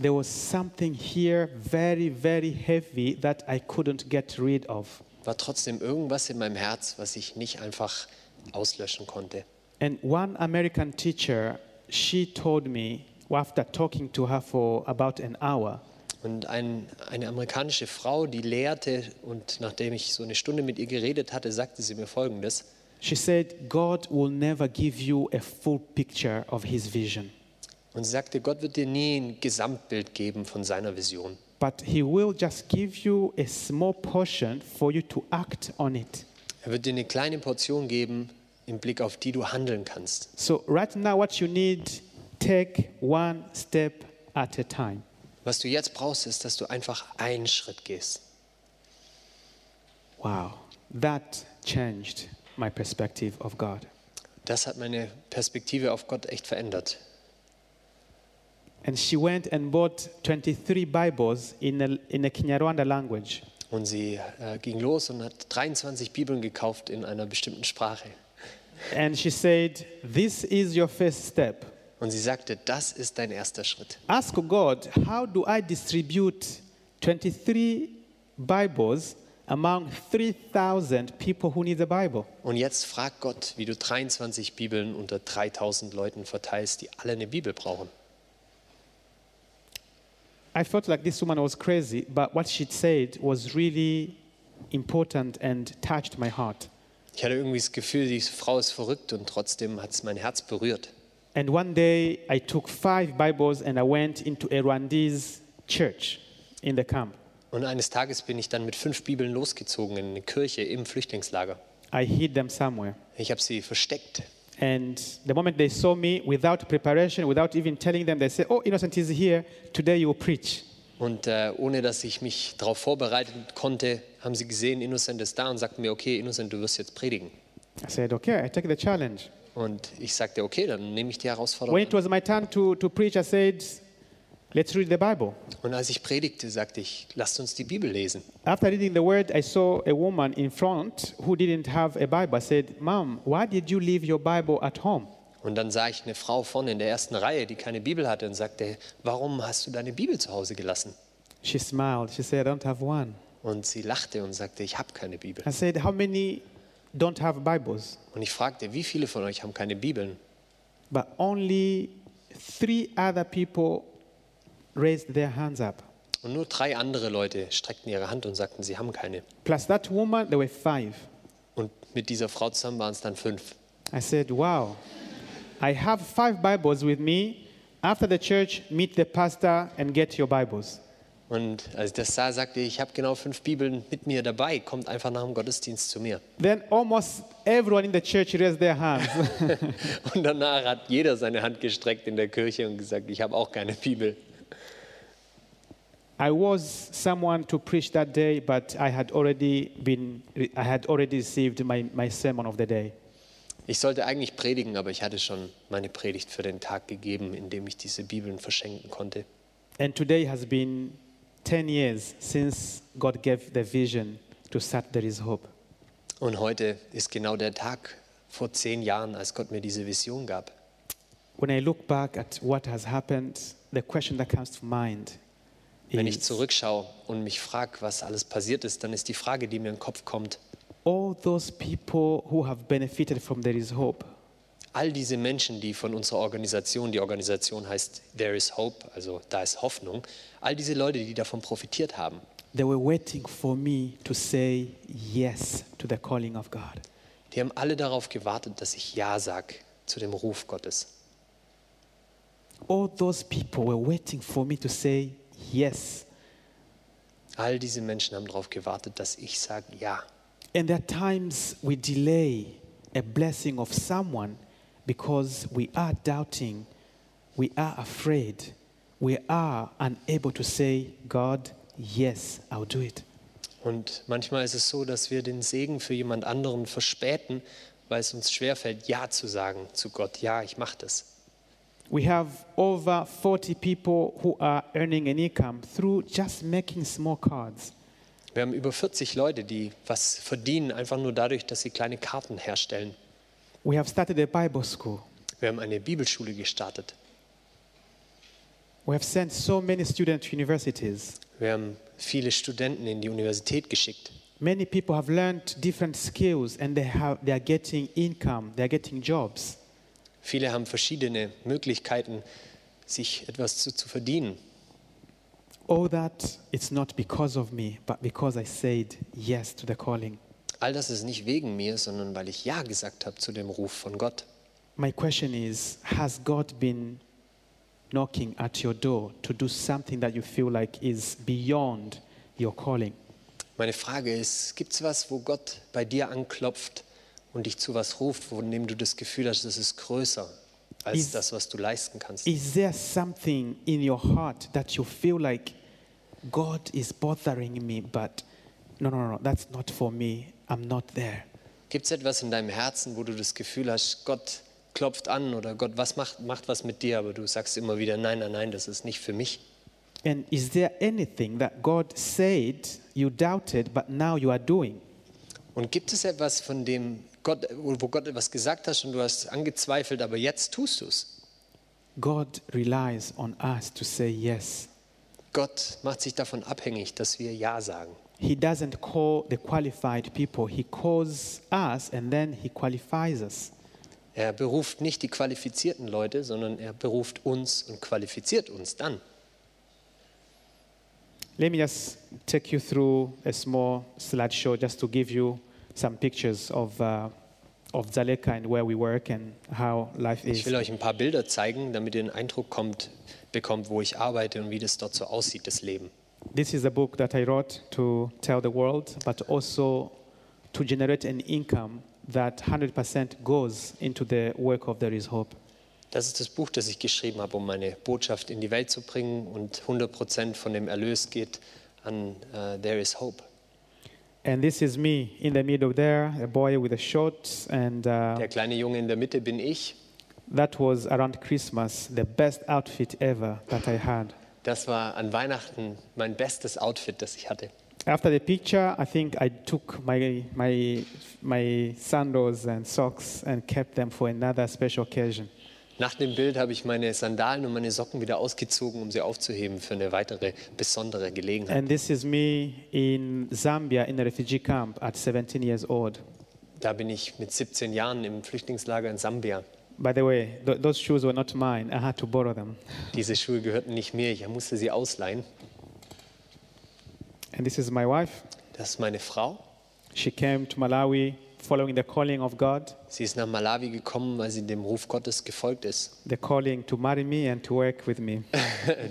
[SPEAKER 2] there was something here very, very heavy that I couldn't get rid of.
[SPEAKER 1] war trotzdem irgendwas in meinem Herz, was ich nicht einfach auslöschen konnte.
[SPEAKER 2] And one American teacher, she told me well, after talking to her for about an hour,
[SPEAKER 1] Und ein, eine amerikanische Frau, die lehrte und nachdem ich so eine Stunde mit ihr geredet hatte, sagte sie mir Folgendes.
[SPEAKER 2] she said, God will never give you a full picture of his vision,
[SPEAKER 1] Und sie sagte, Gott wird dir nie ein Gesamtbild geben von seiner Vision.
[SPEAKER 2] but he will just give you a small portion for you to act on it.
[SPEAKER 1] Er wird dir eine kleine Portion geben, im Blick auf die du handeln kannst.
[SPEAKER 2] So, right now, what you need, take one step at a time.
[SPEAKER 1] Was du jetzt brauchst, ist, dass du einfach einen Schritt gehst.
[SPEAKER 2] Wow, that changed my perspective of God.
[SPEAKER 1] Das hat meine Perspektive auf Gott echt verändert.
[SPEAKER 2] And she went and bought 23 Bibles in a, in a Kinyarwanda language.
[SPEAKER 1] Und sie äh, ging los und hat 23 Bibeln gekauft in einer bestimmten Sprache.
[SPEAKER 2] And she said, This is your first step.
[SPEAKER 1] Und sie sagte, das ist dein erster Schritt.
[SPEAKER 2] Ask God, how do I distribute 23 Bibles among 3,000 people who need the Bible?
[SPEAKER 1] Und jetzt frag Gott, wie du 23 Bibeln unter 3000 Leuten verteilst, die alle eine Bibel brauchen.
[SPEAKER 2] I felt like this woman was crazy, but what she said was really important and touched my heart.
[SPEAKER 1] Ich hatte irgendwie das Gefühl, diese Frau ist verrückt und trotzdem hat es mein Herz berührt.
[SPEAKER 2] And one day I took five Bibles and I went into a Rwandese church in the camp.
[SPEAKER 1] Und eines Tages bin ich dann mit fünf Bibeln losgezogen in eine Kirche im Flüchtlingslager.
[SPEAKER 2] I hid them somewhere.
[SPEAKER 1] Ich habe sie versteckt.
[SPEAKER 2] And the moment they saw me without preparation, without even telling them, they said, Oh, Innocent is here. Today you will preach.
[SPEAKER 1] Und äh, ohne dass ich mich darauf vorbereiten konnte, haben sie gesehen, Innocent ist da und sagten mir, okay, Innocent, du wirst jetzt predigen.
[SPEAKER 2] I said, Okay, I take the challenge.
[SPEAKER 1] Und ich sagte, okay, dann nehme ich die Herausforderung.
[SPEAKER 2] When it was my turn to, to preach, I said, Let's read the Bible.
[SPEAKER 1] an. Und als ich predigte, sagte ich, lasst uns die Bibel lesen.
[SPEAKER 2] After reading the word, I saw a woman in front who didn't have a Bible. I said, Mom, why did you leave your Bible at home?
[SPEAKER 1] Und dann sah ich eine Frau vorne in der ersten Reihe, die keine Bibel hatte und sagte, warum hast du deine Bibel zu Hause gelassen?
[SPEAKER 2] She smiled. She said, I don't have one.
[SPEAKER 1] Und sie lachte und sagte, ich habe keine Bibel.
[SPEAKER 2] I said, How many don't have Bibles?
[SPEAKER 1] Und ich fragte, wie viele von euch haben keine Bibeln?
[SPEAKER 2] But only three other people raised their hands up.
[SPEAKER 1] Und nur drei andere Leute streckten ihre Hand und sagten, sie haben keine.
[SPEAKER 2] Plus that woman, there were five.
[SPEAKER 1] Und mit dieser Frau zusammen waren es dann fünf.
[SPEAKER 2] I said, Wow, I have five Bibles with me. After the church, meet the pastor and get your Bibles.
[SPEAKER 1] Und als ich das sah, sagte ich, ich habe genau fünf Bibeln mit mir dabei. Kommt einfach nach dem Gottesdienst zu mir.
[SPEAKER 2] Then almost everyone in the church raised their hands.
[SPEAKER 1] Und danach hat jeder seine Hand gestreckt in der Kirche und gesagt, ich habe auch keine Bibel.
[SPEAKER 2] I was someone to preach that day, but I had already been, I had already received my, my sermon of the day.
[SPEAKER 1] Ich sollte eigentlich predigen, aber ich hatte schon meine Predigt für den Tag gegeben, indem ich diese Bibeln verschenken konnte.
[SPEAKER 2] And today has been 10 years since God gave the vision to start There Is Hope.
[SPEAKER 1] Und heute ist genau der Tag vor zehn Jahren, als Gott mir diese Vision gab.
[SPEAKER 2] When I look back at what has happened, the question that comes to mind
[SPEAKER 1] Wenn ich zurückschaue und mich frage, was alles passiert ist, dann ist die Frage, die mir in den Kopf kommt,
[SPEAKER 2] all those people who have benefited from There Is Hope,
[SPEAKER 1] all diese Menschen, die von unserer Organisation, die Organisation heißt There is Hope, also da ist Hoffnung, all diese Leute, die davon profitiert haben,
[SPEAKER 2] they were waiting for me to say yes to the calling of God.
[SPEAKER 1] die haben alle darauf gewartet, dass ich Ja sag zu dem Ruf Gottes.
[SPEAKER 2] All those people were waiting for me to say yes.
[SPEAKER 1] All diese Menschen haben darauf gewartet, dass ich sage Ja.
[SPEAKER 2] And there are times we delay a blessing of someone because we are doubting, we are afraid, we are unable to say, God, yes, I'll do it.
[SPEAKER 1] Und manchmal ist es so, dass wir den Segen für jemand anderen verspäten, weil es uns schwerfällt, Ja zu sagen zu Gott. Ja, ich mache das.
[SPEAKER 2] We have over 40 people who are earning an income through just making small cards.
[SPEAKER 1] Wir haben über 40 Leute, die was verdienen, einfach nur dadurch, dass sie kleine Karten herstellen.
[SPEAKER 2] We have started a Bible school.
[SPEAKER 1] Wir haben eine Bibelschule gestartet.
[SPEAKER 2] We have sent so many students to universities.
[SPEAKER 1] Wir haben viele Studenten in die Universität geschickt.
[SPEAKER 2] Many people have learned different skills and they, have, they are getting income, they are getting jobs.
[SPEAKER 1] Viele haben verschiedene Möglichkeiten, sich etwas zu, zu verdienen.
[SPEAKER 2] All that, it's not because of me, but because I said yes to the calling.
[SPEAKER 1] All das ist nicht wegen mir, sondern weil ich Ja gesagt habe zu dem Ruf von Gott.
[SPEAKER 2] My question is Has God been knocking at your door to do something that you feel like is beyond your calling?
[SPEAKER 1] Meine Frage ist, gibt es was, wo Gott bei dir anklopft und dich zu was ruft, von dem du das Gefühl hast, das ist größer als
[SPEAKER 2] Ist-
[SPEAKER 1] das, was du leisten kannst?
[SPEAKER 2] Is there something in your heart that you feel like God is bothering me, but no, no, no, that's not for me, I'm not there?
[SPEAKER 1] Gibt es etwas in deinem Herzen, wo du das Gefühl hast, Gott klopft an oder Gott was macht, macht was mit dir, aber du sagst immer wieder, nein, nein, nein, das ist nicht für mich?
[SPEAKER 2] And is there anything that God said you doubted, but now you are doing?
[SPEAKER 1] Und gibt es etwas, von dem Gott, wo Gott etwas gesagt hat und du hast angezweifelt, aber jetzt tust du es?
[SPEAKER 2] God relies on us to say yes.
[SPEAKER 1] Gott macht sich davon abhängig, dass wir Ja sagen.
[SPEAKER 2] He doesn't call the qualified people, He calls us and then He qualifies us.
[SPEAKER 1] Er beruft nicht die qualifizierten Leute, sondern er beruft uns und qualifiziert uns dann.
[SPEAKER 2] Let me just take you through a small slideshow just to give you some pictures of, uh, of Zaleka and where we work and how life
[SPEAKER 1] Ich will
[SPEAKER 2] is.
[SPEAKER 1] euch ein paar Bilder zeigen, damit ihr den Eindruck kommt, bekommt, wo ich arbeite und wie das dort so aussieht, das Leben.
[SPEAKER 2] This is a book that I wrote to tell the world, but also to generate an income that 100% goes into the work of There Is Hope.
[SPEAKER 1] Das ist das Buch, das ich geschrieben habe, um meine Botschaft in die Welt zu bringen und 100% von dem Erlös geht an äh, There is Hope.
[SPEAKER 2] And this is me in the middle there, a boy with a shorts, and uh,
[SPEAKER 1] Der kleine Junge in der Mitte bin ich.
[SPEAKER 2] that was around Christmas, the best outfit ever that I had.
[SPEAKER 1] Das war an Weihnachten mein bestes Outfit, das ich hatte.
[SPEAKER 2] After the picture, I think I took my, my, my sandals and socks and kept them for another special occasion.
[SPEAKER 1] Nach dem Bild habe ich meine Sandalen und meine Socken wieder ausgezogen, um sie aufzuheben für eine weitere besondere Gelegenheit.
[SPEAKER 2] And this is me in Zambia in a refugee camp at 17 years old.
[SPEAKER 1] Da bin ich mit 17 Jahren im Flüchtlingslager in Sambia.
[SPEAKER 2] By the way, th- those shoes were not mine, I had to borrow them.
[SPEAKER 1] Diese Schuhe gehörten nicht mir, ich musste sie ausleihen.
[SPEAKER 2] And this is my wife.
[SPEAKER 1] Das ist meine Frau.
[SPEAKER 2] She came to Malawi following the calling of God,
[SPEAKER 1] Sie ist nach Malawi gekommen, weil sie dem Ruf Gottes gefolgt ist.
[SPEAKER 2] the calling to marry me and to work with me.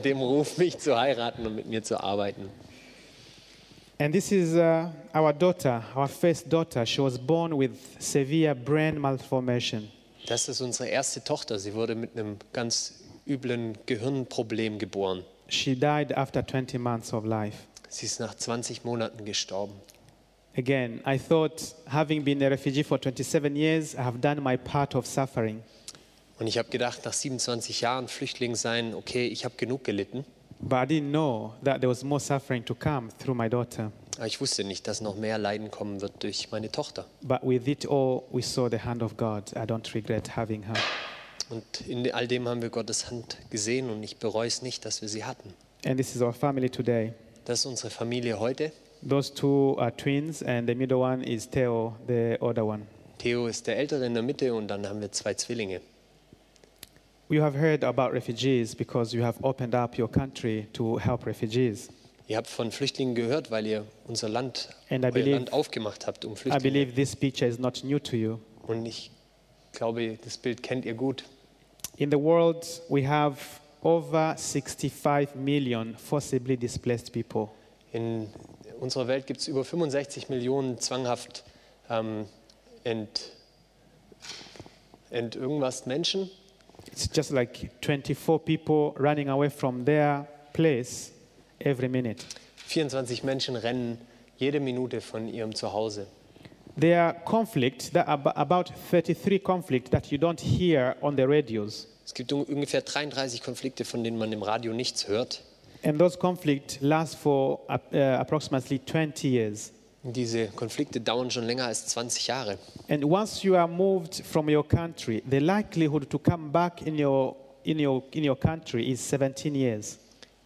[SPEAKER 1] Dem Ruf, mich zu heiraten und mit mir zu arbeiten.
[SPEAKER 2] And this is uh, our daughter, our first daughter. She was born with severe brain malformation.
[SPEAKER 1] Das ist unsere erste Tochter. Sie wurde mit einem ganz üblen Gehirnproblem geboren.
[SPEAKER 2] She died after 20 months of life.
[SPEAKER 1] Sie ist nach 20 Monaten gestorben.
[SPEAKER 2] Again, I thought, having been a refugee for 27 years, I have done my part of suffering.
[SPEAKER 1] Und ich habe gedacht, nach 27 Jahren Flüchtling sein, okay, ich habe genug gelitten.
[SPEAKER 2] But I didn't know that there was more suffering to come through my daughter.
[SPEAKER 1] Aber ich wusste nicht, dass noch mehr Leiden kommen wird durch meine Tochter.
[SPEAKER 2] But with it all, we saw the hand of God. I don't regret having her.
[SPEAKER 1] Und in all dem haben wir Gottes Hand gesehen und ich bereue es nicht, dass wir sie hatten.
[SPEAKER 2] And this is our family today.
[SPEAKER 1] Das ist unsere Familie heute.
[SPEAKER 2] Those two are twins, and the middle one is Theo, the older one.
[SPEAKER 1] Theo ist der Ältere in der Mitte und dann haben wir zwei Zwillinge.
[SPEAKER 2] You have heard about refugees because you have opened up your country to help refugees.
[SPEAKER 1] Ihr habt von Flüchtlingen gehört, weil ihr unser Land,
[SPEAKER 2] And I
[SPEAKER 1] euer
[SPEAKER 2] believe-
[SPEAKER 1] Land aufgemacht habt, um
[SPEAKER 2] I
[SPEAKER 1] Flüchtlinge.
[SPEAKER 2] believe this picture is not new to you.
[SPEAKER 1] Und ich glaube, das Bild kennt ihr gut.
[SPEAKER 2] In the world, we have over 65 million forcibly displaced people.
[SPEAKER 1] In unserer Welt gibt es über 65 Millionen zwanghaft ähm, ent, ent irgendwas Menschen.
[SPEAKER 2] It's just like 24 people running away from their place every minute.
[SPEAKER 1] 24 Menschen rennen jede Minute von ihrem Zuhause.
[SPEAKER 2] There are conflicts, there are ab- about 33 conflicts that you don't hear on the radios.
[SPEAKER 1] Es gibt un- ungefähr 33 Konflikte, von denen man im Radio nichts hört.
[SPEAKER 2] And those conflicts last for uh, uh, approximately 20 years.
[SPEAKER 1] Und Diese Konflikte dauern schon länger als 20 Jahre.
[SPEAKER 2] And once you are moved from your country, the likelihood to come back in your, in your, in your country is 17 years.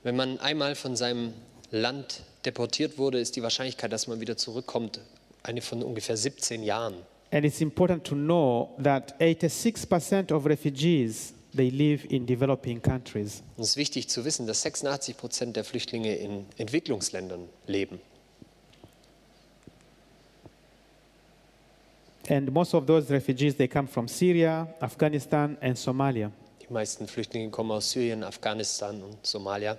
[SPEAKER 1] Wenn man einmal von seinem Land deportiert wurde, ist die Wahrscheinlichkeit, dass man wieder zurückkommt, eine von ungefähr 17 Jahren.
[SPEAKER 2] And it's important to know that 86% of refugees they live in developing countries.
[SPEAKER 1] Und es ist wichtig zu wissen, dass 86 Prozent der Flüchtlinge in Entwicklungsländern leben.
[SPEAKER 2] And most of those refugees they come from Syria, Afghanistan and Somalia.
[SPEAKER 1] Die meisten Flüchtlinge kommen aus Syrien, Afghanistan und Somalia.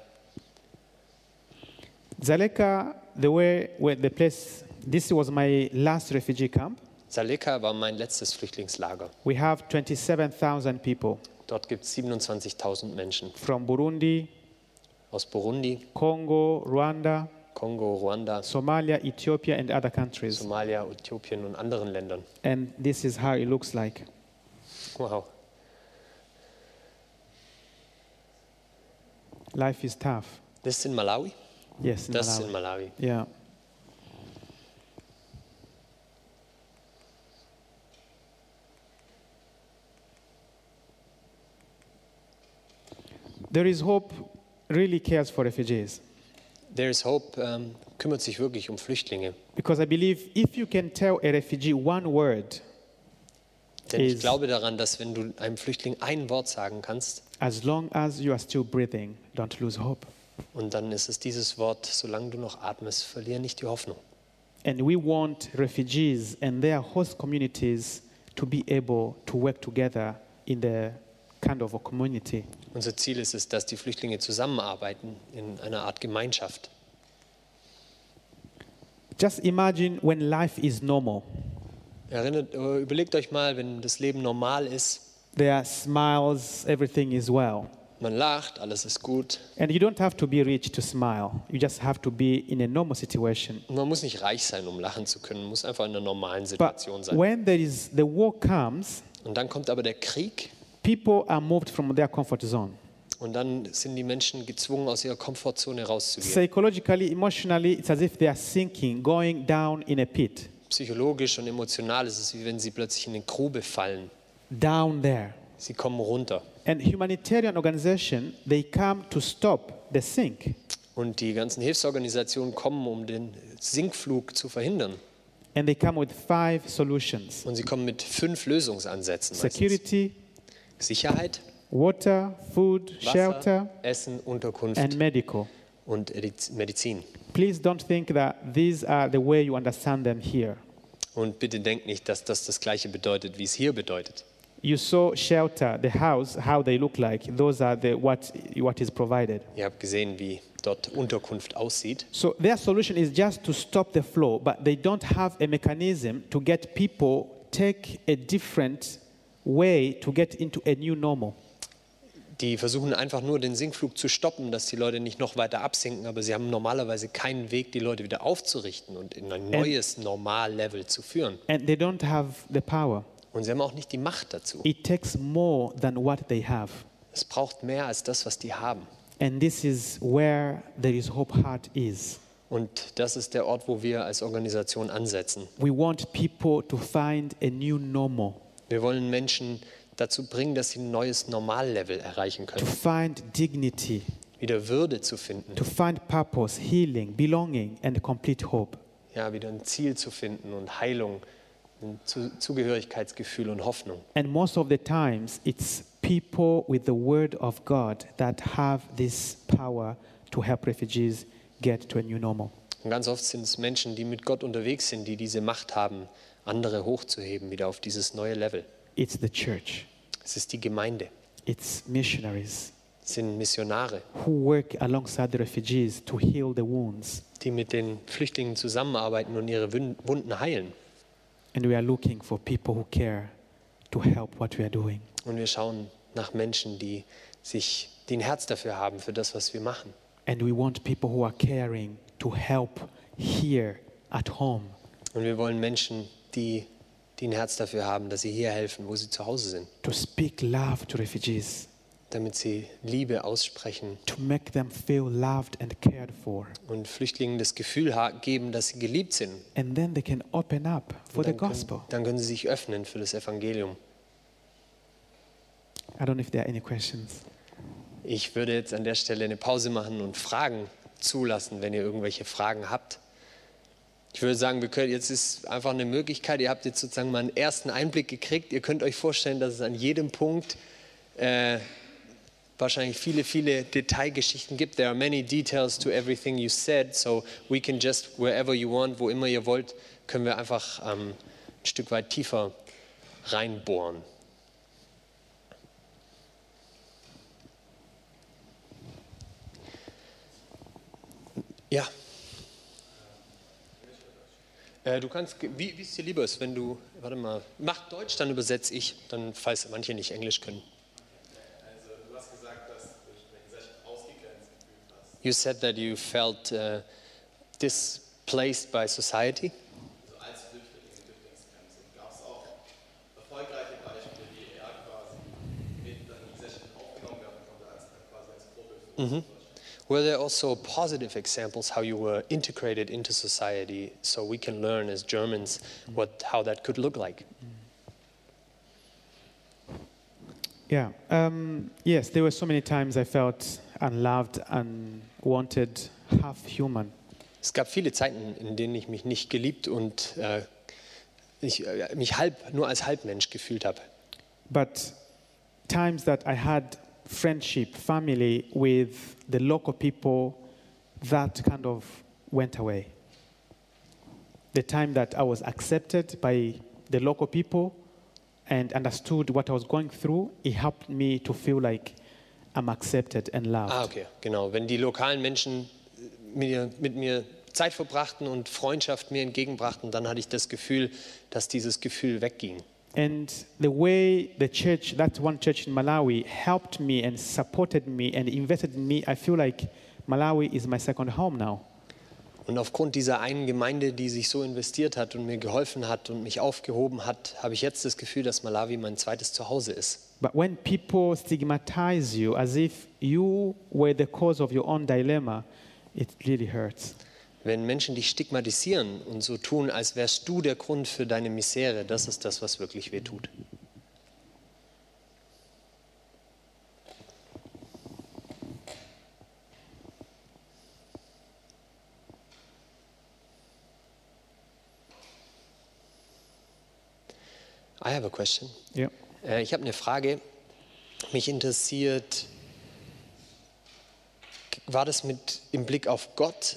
[SPEAKER 2] Zaleka, the way where the place this was my last refugee camp.
[SPEAKER 1] Saleka war mein letztes Flüchtlingslager.
[SPEAKER 2] We have 27,000 people
[SPEAKER 1] Dort gibt es 27.000 Menschen
[SPEAKER 2] from Burundi,
[SPEAKER 1] aus Burundi,
[SPEAKER 2] Congo, Rwanda,
[SPEAKER 1] Kongo, Ruanda,
[SPEAKER 2] Somalia, Ethiopia and other countries.
[SPEAKER 1] Somalia, Äthiopien und anderen Ländern.
[SPEAKER 2] And this is how it looks like.
[SPEAKER 1] Wow,
[SPEAKER 2] Life is tough.
[SPEAKER 1] das ist in Malawi?
[SPEAKER 2] Yes, in
[SPEAKER 1] Das ist in Malawi.
[SPEAKER 2] Malawi. Yeah. There is hope really cares for refugees
[SPEAKER 1] There is Hope ähm, kümmert sich wirklich um Flüchtlinge.
[SPEAKER 2] because I believe if you can tell a refugee one word
[SPEAKER 1] Denn ich
[SPEAKER 2] Is-
[SPEAKER 1] glaube daran, dass wenn du einem Flüchtling ein Wort sagen kannst,
[SPEAKER 2] as long as you are still breathing don't lose hope
[SPEAKER 1] und dann ist es dieses Wort, solange du noch atmest, verlier nicht die Hoffnung.
[SPEAKER 2] and we want refugees and their host communities to be able to work together in the kind of a community
[SPEAKER 1] Unser Ziel ist es, dass die Flüchtlinge zusammenarbeiten in einer Art Gemeinschaft.
[SPEAKER 2] just imagine when life is normal
[SPEAKER 1] Erinnert, äh, überlegt euch mal, wenn das Leben normal ist,
[SPEAKER 2] There are smiles, everything is well.
[SPEAKER 1] man lacht, alles ist gut.
[SPEAKER 2] And you don't have to be rich to smile. You just have to be in a normal situation.
[SPEAKER 1] Und man muss nicht reich sein, um lachen zu können, man muss einfach in einer normalen
[SPEAKER 2] But
[SPEAKER 1] Situation sein.
[SPEAKER 2] when there is the war comes,
[SPEAKER 1] Und dann kommt aber der Krieg
[SPEAKER 2] people are moved from their comfort zone.
[SPEAKER 1] und dann sind die Menschen gezwungen, aus ihrer Komfortzone rauszugehen.
[SPEAKER 2] Psychologically, emotionally, it's as if they are sinking, going down in a pit.
[SPEAKER 1] Psychologisch und emotional ist es, wie wenn sie plötzlich in eine Grube fallen.
[SPEAKER 2] Down there.
[SPEAKER 1] Sie kommen runter.
[SPEAKER 2] And humanitarian organization, they come to stop the sink.
[SPEAKER 1] Und die ganzen Hilfsorganisationen kommen, um den Sinkflug zu verhindern.
[SPEAKER 2] And they come with five solutions.
[SPEAKER 1] Und sie kommen mit fünf Lösungsansätzen. Meistens.
[SPEAKER 2] Security,
[SPEAKER 1] Sicherheit,
[SPEAKER 2] water, food, shelter,
[SPEAKER 1] Wasser, Essen, Unterkunft
[SPEAKER 2] and medical.
[SPEAKER 1] und Ediz- Medizin.
[SPEAKER 2] Please don't think that these are the way you understand them here.
[SPEAKER 1] Und bitte denkt nicht, dass das das Gleiche bedeutet, wie es hier bedeutet.
[SPEAKER 2] You saw shelter, the house, how they look like. Those are the what what is provided.
[SPEAKER 1] Ihr habt gesehen, wie dort Unterkunft aussieht.
[SPEAKER 2] So their solution is just to stop the flow, but they don't have a mechanism to get people take a different way to get into a new normal.
[SPEAKER 1] Die versuchen einfach nur, den Sinkflug zu stoppen, dass die Leute nicht noch weiter absinken, aber sie haben normalerweise keinen Weg, die Leute wieder aufzurichten und in ein neues Normallevel zu führen.
[SPEAKER 2] And they don't have the power.
[SPEAKER 1] Und sie haben auch nicht die Macht dazu.
[SPEAKER 2] It takes more than what they have.
[SPEAKER 1] Es braucht mehr als das, was die haben.
[SPEAKER 2] And this is where there is hope heart is.
[SPEAKER 1] Und das ist der Ort, wo wir als Organisation ansetzen.
[SPEAKER 2] We want people to find a new normal.
[SPEAKER 1] Wir wollen Menschen dazu bringen, dass sie ein neues Normallevel erreichen
[SPEAKER 2] to
[SPEAKER 1] können,
[SPEAKER 2] find dignity,
[SPEAKER 1] wieder Würde zu finden,
[SPEAKER 2] to find purpose, healing, belonging, and complete hope.
[SPEAKER 1] ja, wieder ein Ziel zu finden und Heilung, ein zu Zugehörigkeitsgefühl und Hoffnung.
[SPEAKER 2] And most of the times, it's people with the Word of God that have this power to help refugees get to a new normal.
[SPEAKER 1] Und ganz oft sind es Menschen, die mit Gott unterwegs sind, die diese Macht haben, andere hochzuheben, wieder auf dieses neue Level.
[SPEAKER 2] It's the church,
[SPEAKER 1] Es ist die Gemeinde,
[SPEAKER 2] it's missionaries
[SPEAKER 1] es sind Missionare,
[SPEAKER 2] who work alongside the refugees to heal the wounds.
[SPEAKER 1] die mit den Flüchtlingen zusammenarbeiten und ihre Wün- Wunden heilen.
[SPEAKER 2] And we are looking for people who care to help what we are doing.
[SPEAKER 1] Und wir schauen nach Menschen, die sich, die ein Herz dafür haben, für das, was wir machen.
[SPEAKER 2] And we want people who are caring to help here at home.
[SPEAKER 1] Und wir wollen Menschen, die, die ein Herz dafür haben, dass sie hier helfen, wo sie zu Hause sind,
[SPEAKER 2] to speak love to refugees,
[SPEAKER 1] damit sie Liebe aussprechen
[SPEAKER 2] to make them feel loved and cared for.
[SPEAKER 1] und Flüchtlingen das Gefühl ha- geben, dass sie geliebt sind.
[SPEAKER 2] And then they can open up for the
[SPEAKER 1] Dann können,
[SPEAKER 2] gospel.
[SPEAKER 1] dann können sie sich öffnen für das Evangelium.
[SPEAKER 2] I don't know if there are any questions.
[SPEAKER 1] Ich würde jetzt an der Stelle eine Pause machen und Fragen zulassen, wenn ihr irgendwelche Fragen habt. Ich würde sagen, wir können, jetzt ist einfach eine Möglichkeit, ihr habt jetzt sozusagen mal einen ersten Einblick gekriegt. Ihr könnt euch vorstellen, dass es an jedem Punkt äh, wahrscheinlich viele, viele Detailgeschichten gibt. There are many details to everything you said, so we can just, wherever you want, wo immer ihr wollt, können wir einfach ähm, ein Stück weit tiefer reinbohren. Ja. Äh, du kannst, ge- wie wie es dir lieber ist, wenn du, warte mal, mach Deutsch, dann übersetze ich, dann falls manche nicht Englisch können. You said that you felt uh, displaced by society.
[SPEAKER 3] Also als Flüchtlinge in Flüchtlingscamps und gab es auch erfolgreiche Beispiele, die er quasi mit in die Gesellschaft aufgenommen werden konnte, als quasi als Vorbild für uns.
[SPEAKER 1] Were there also positive examples how you were integrated into society so we can learn as Germans what how that could look like?
[SPEAKER 2] Yeah. Um, yes, there were so many times I felt unloved, unwanted, half human.
[SPEAKER 1] Es gab viele Zeiten, in denen ich mich nicht geliebt und äh, ich, äh, mich halb, nur als Halbmensch gefühlt habe.
[SPEAKER 2] But times that I had friendship, family with the local people, that kind of went away. The time that I was accepted by the local people and understood what I was going through, it helped me to feel like I'm accepted and loved.
[SPEAKER 1] Ah, okay, genau. Wenn die lokalen Menschen äh, mir, mit mir Zeit verbrachten und Freundschaft mir entgegenbrachten, dann hatte ich das Gefühl, dass dieses Gefühl wegging.
[SPEAKER 2] And the way the church, that one church in Malawi, helped me and supported me and invested in me, I feel like Malawi is my second home now.
[SPEAKER 1] Und aufgrund dieser einen Gemeinde, die sich so investiert hat und mir geholfen hat und mich aufgehoben hat, habe ich jetzt das Gefühl, dass Malawi mein zweites Zuhause ist.
[SPEAKER 2] But when people stigmatize you as if you were the cause of your own dilemma, it really hurts.
[SPEAKER 1] Wenn Menschen dich stigmatisieren und so tun, als wärst du der Grund für deine Misere, das ist das, was wirklich weh tut. I have a question.
[SPEAKER 2] Yeah.
[SPEAKER 1] Äh, Ich habe eine Frage. Mich interessiert, war das mit im Blick auf Gott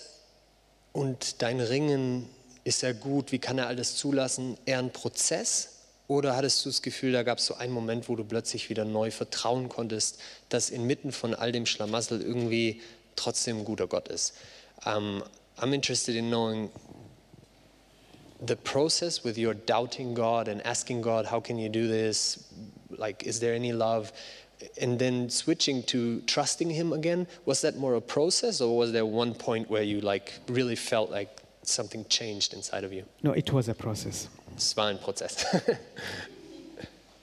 [SPEAKER 1] und dein Ringen, ist er gut, wie kann er alles zulassen, eher ein Prozess? Oder hattest du das Gefühl, da gab es so einen Moment, wo du plötzlich wieder neu vertrauen konntest, dass inmitten von all dem Schlamassel irgendwie trotzdem ein guter Gott ist? Um, I'm interested in knowing the process with your doubting God and asking God, how can you do this? Like, is there any love? And then switching to trusting Him again, was that more a process or was there one point where you like really felt like something changed inside of you?
[SPEAKER 2] No, it was a process.
[SPEAKER 1] Es war ein Prozess.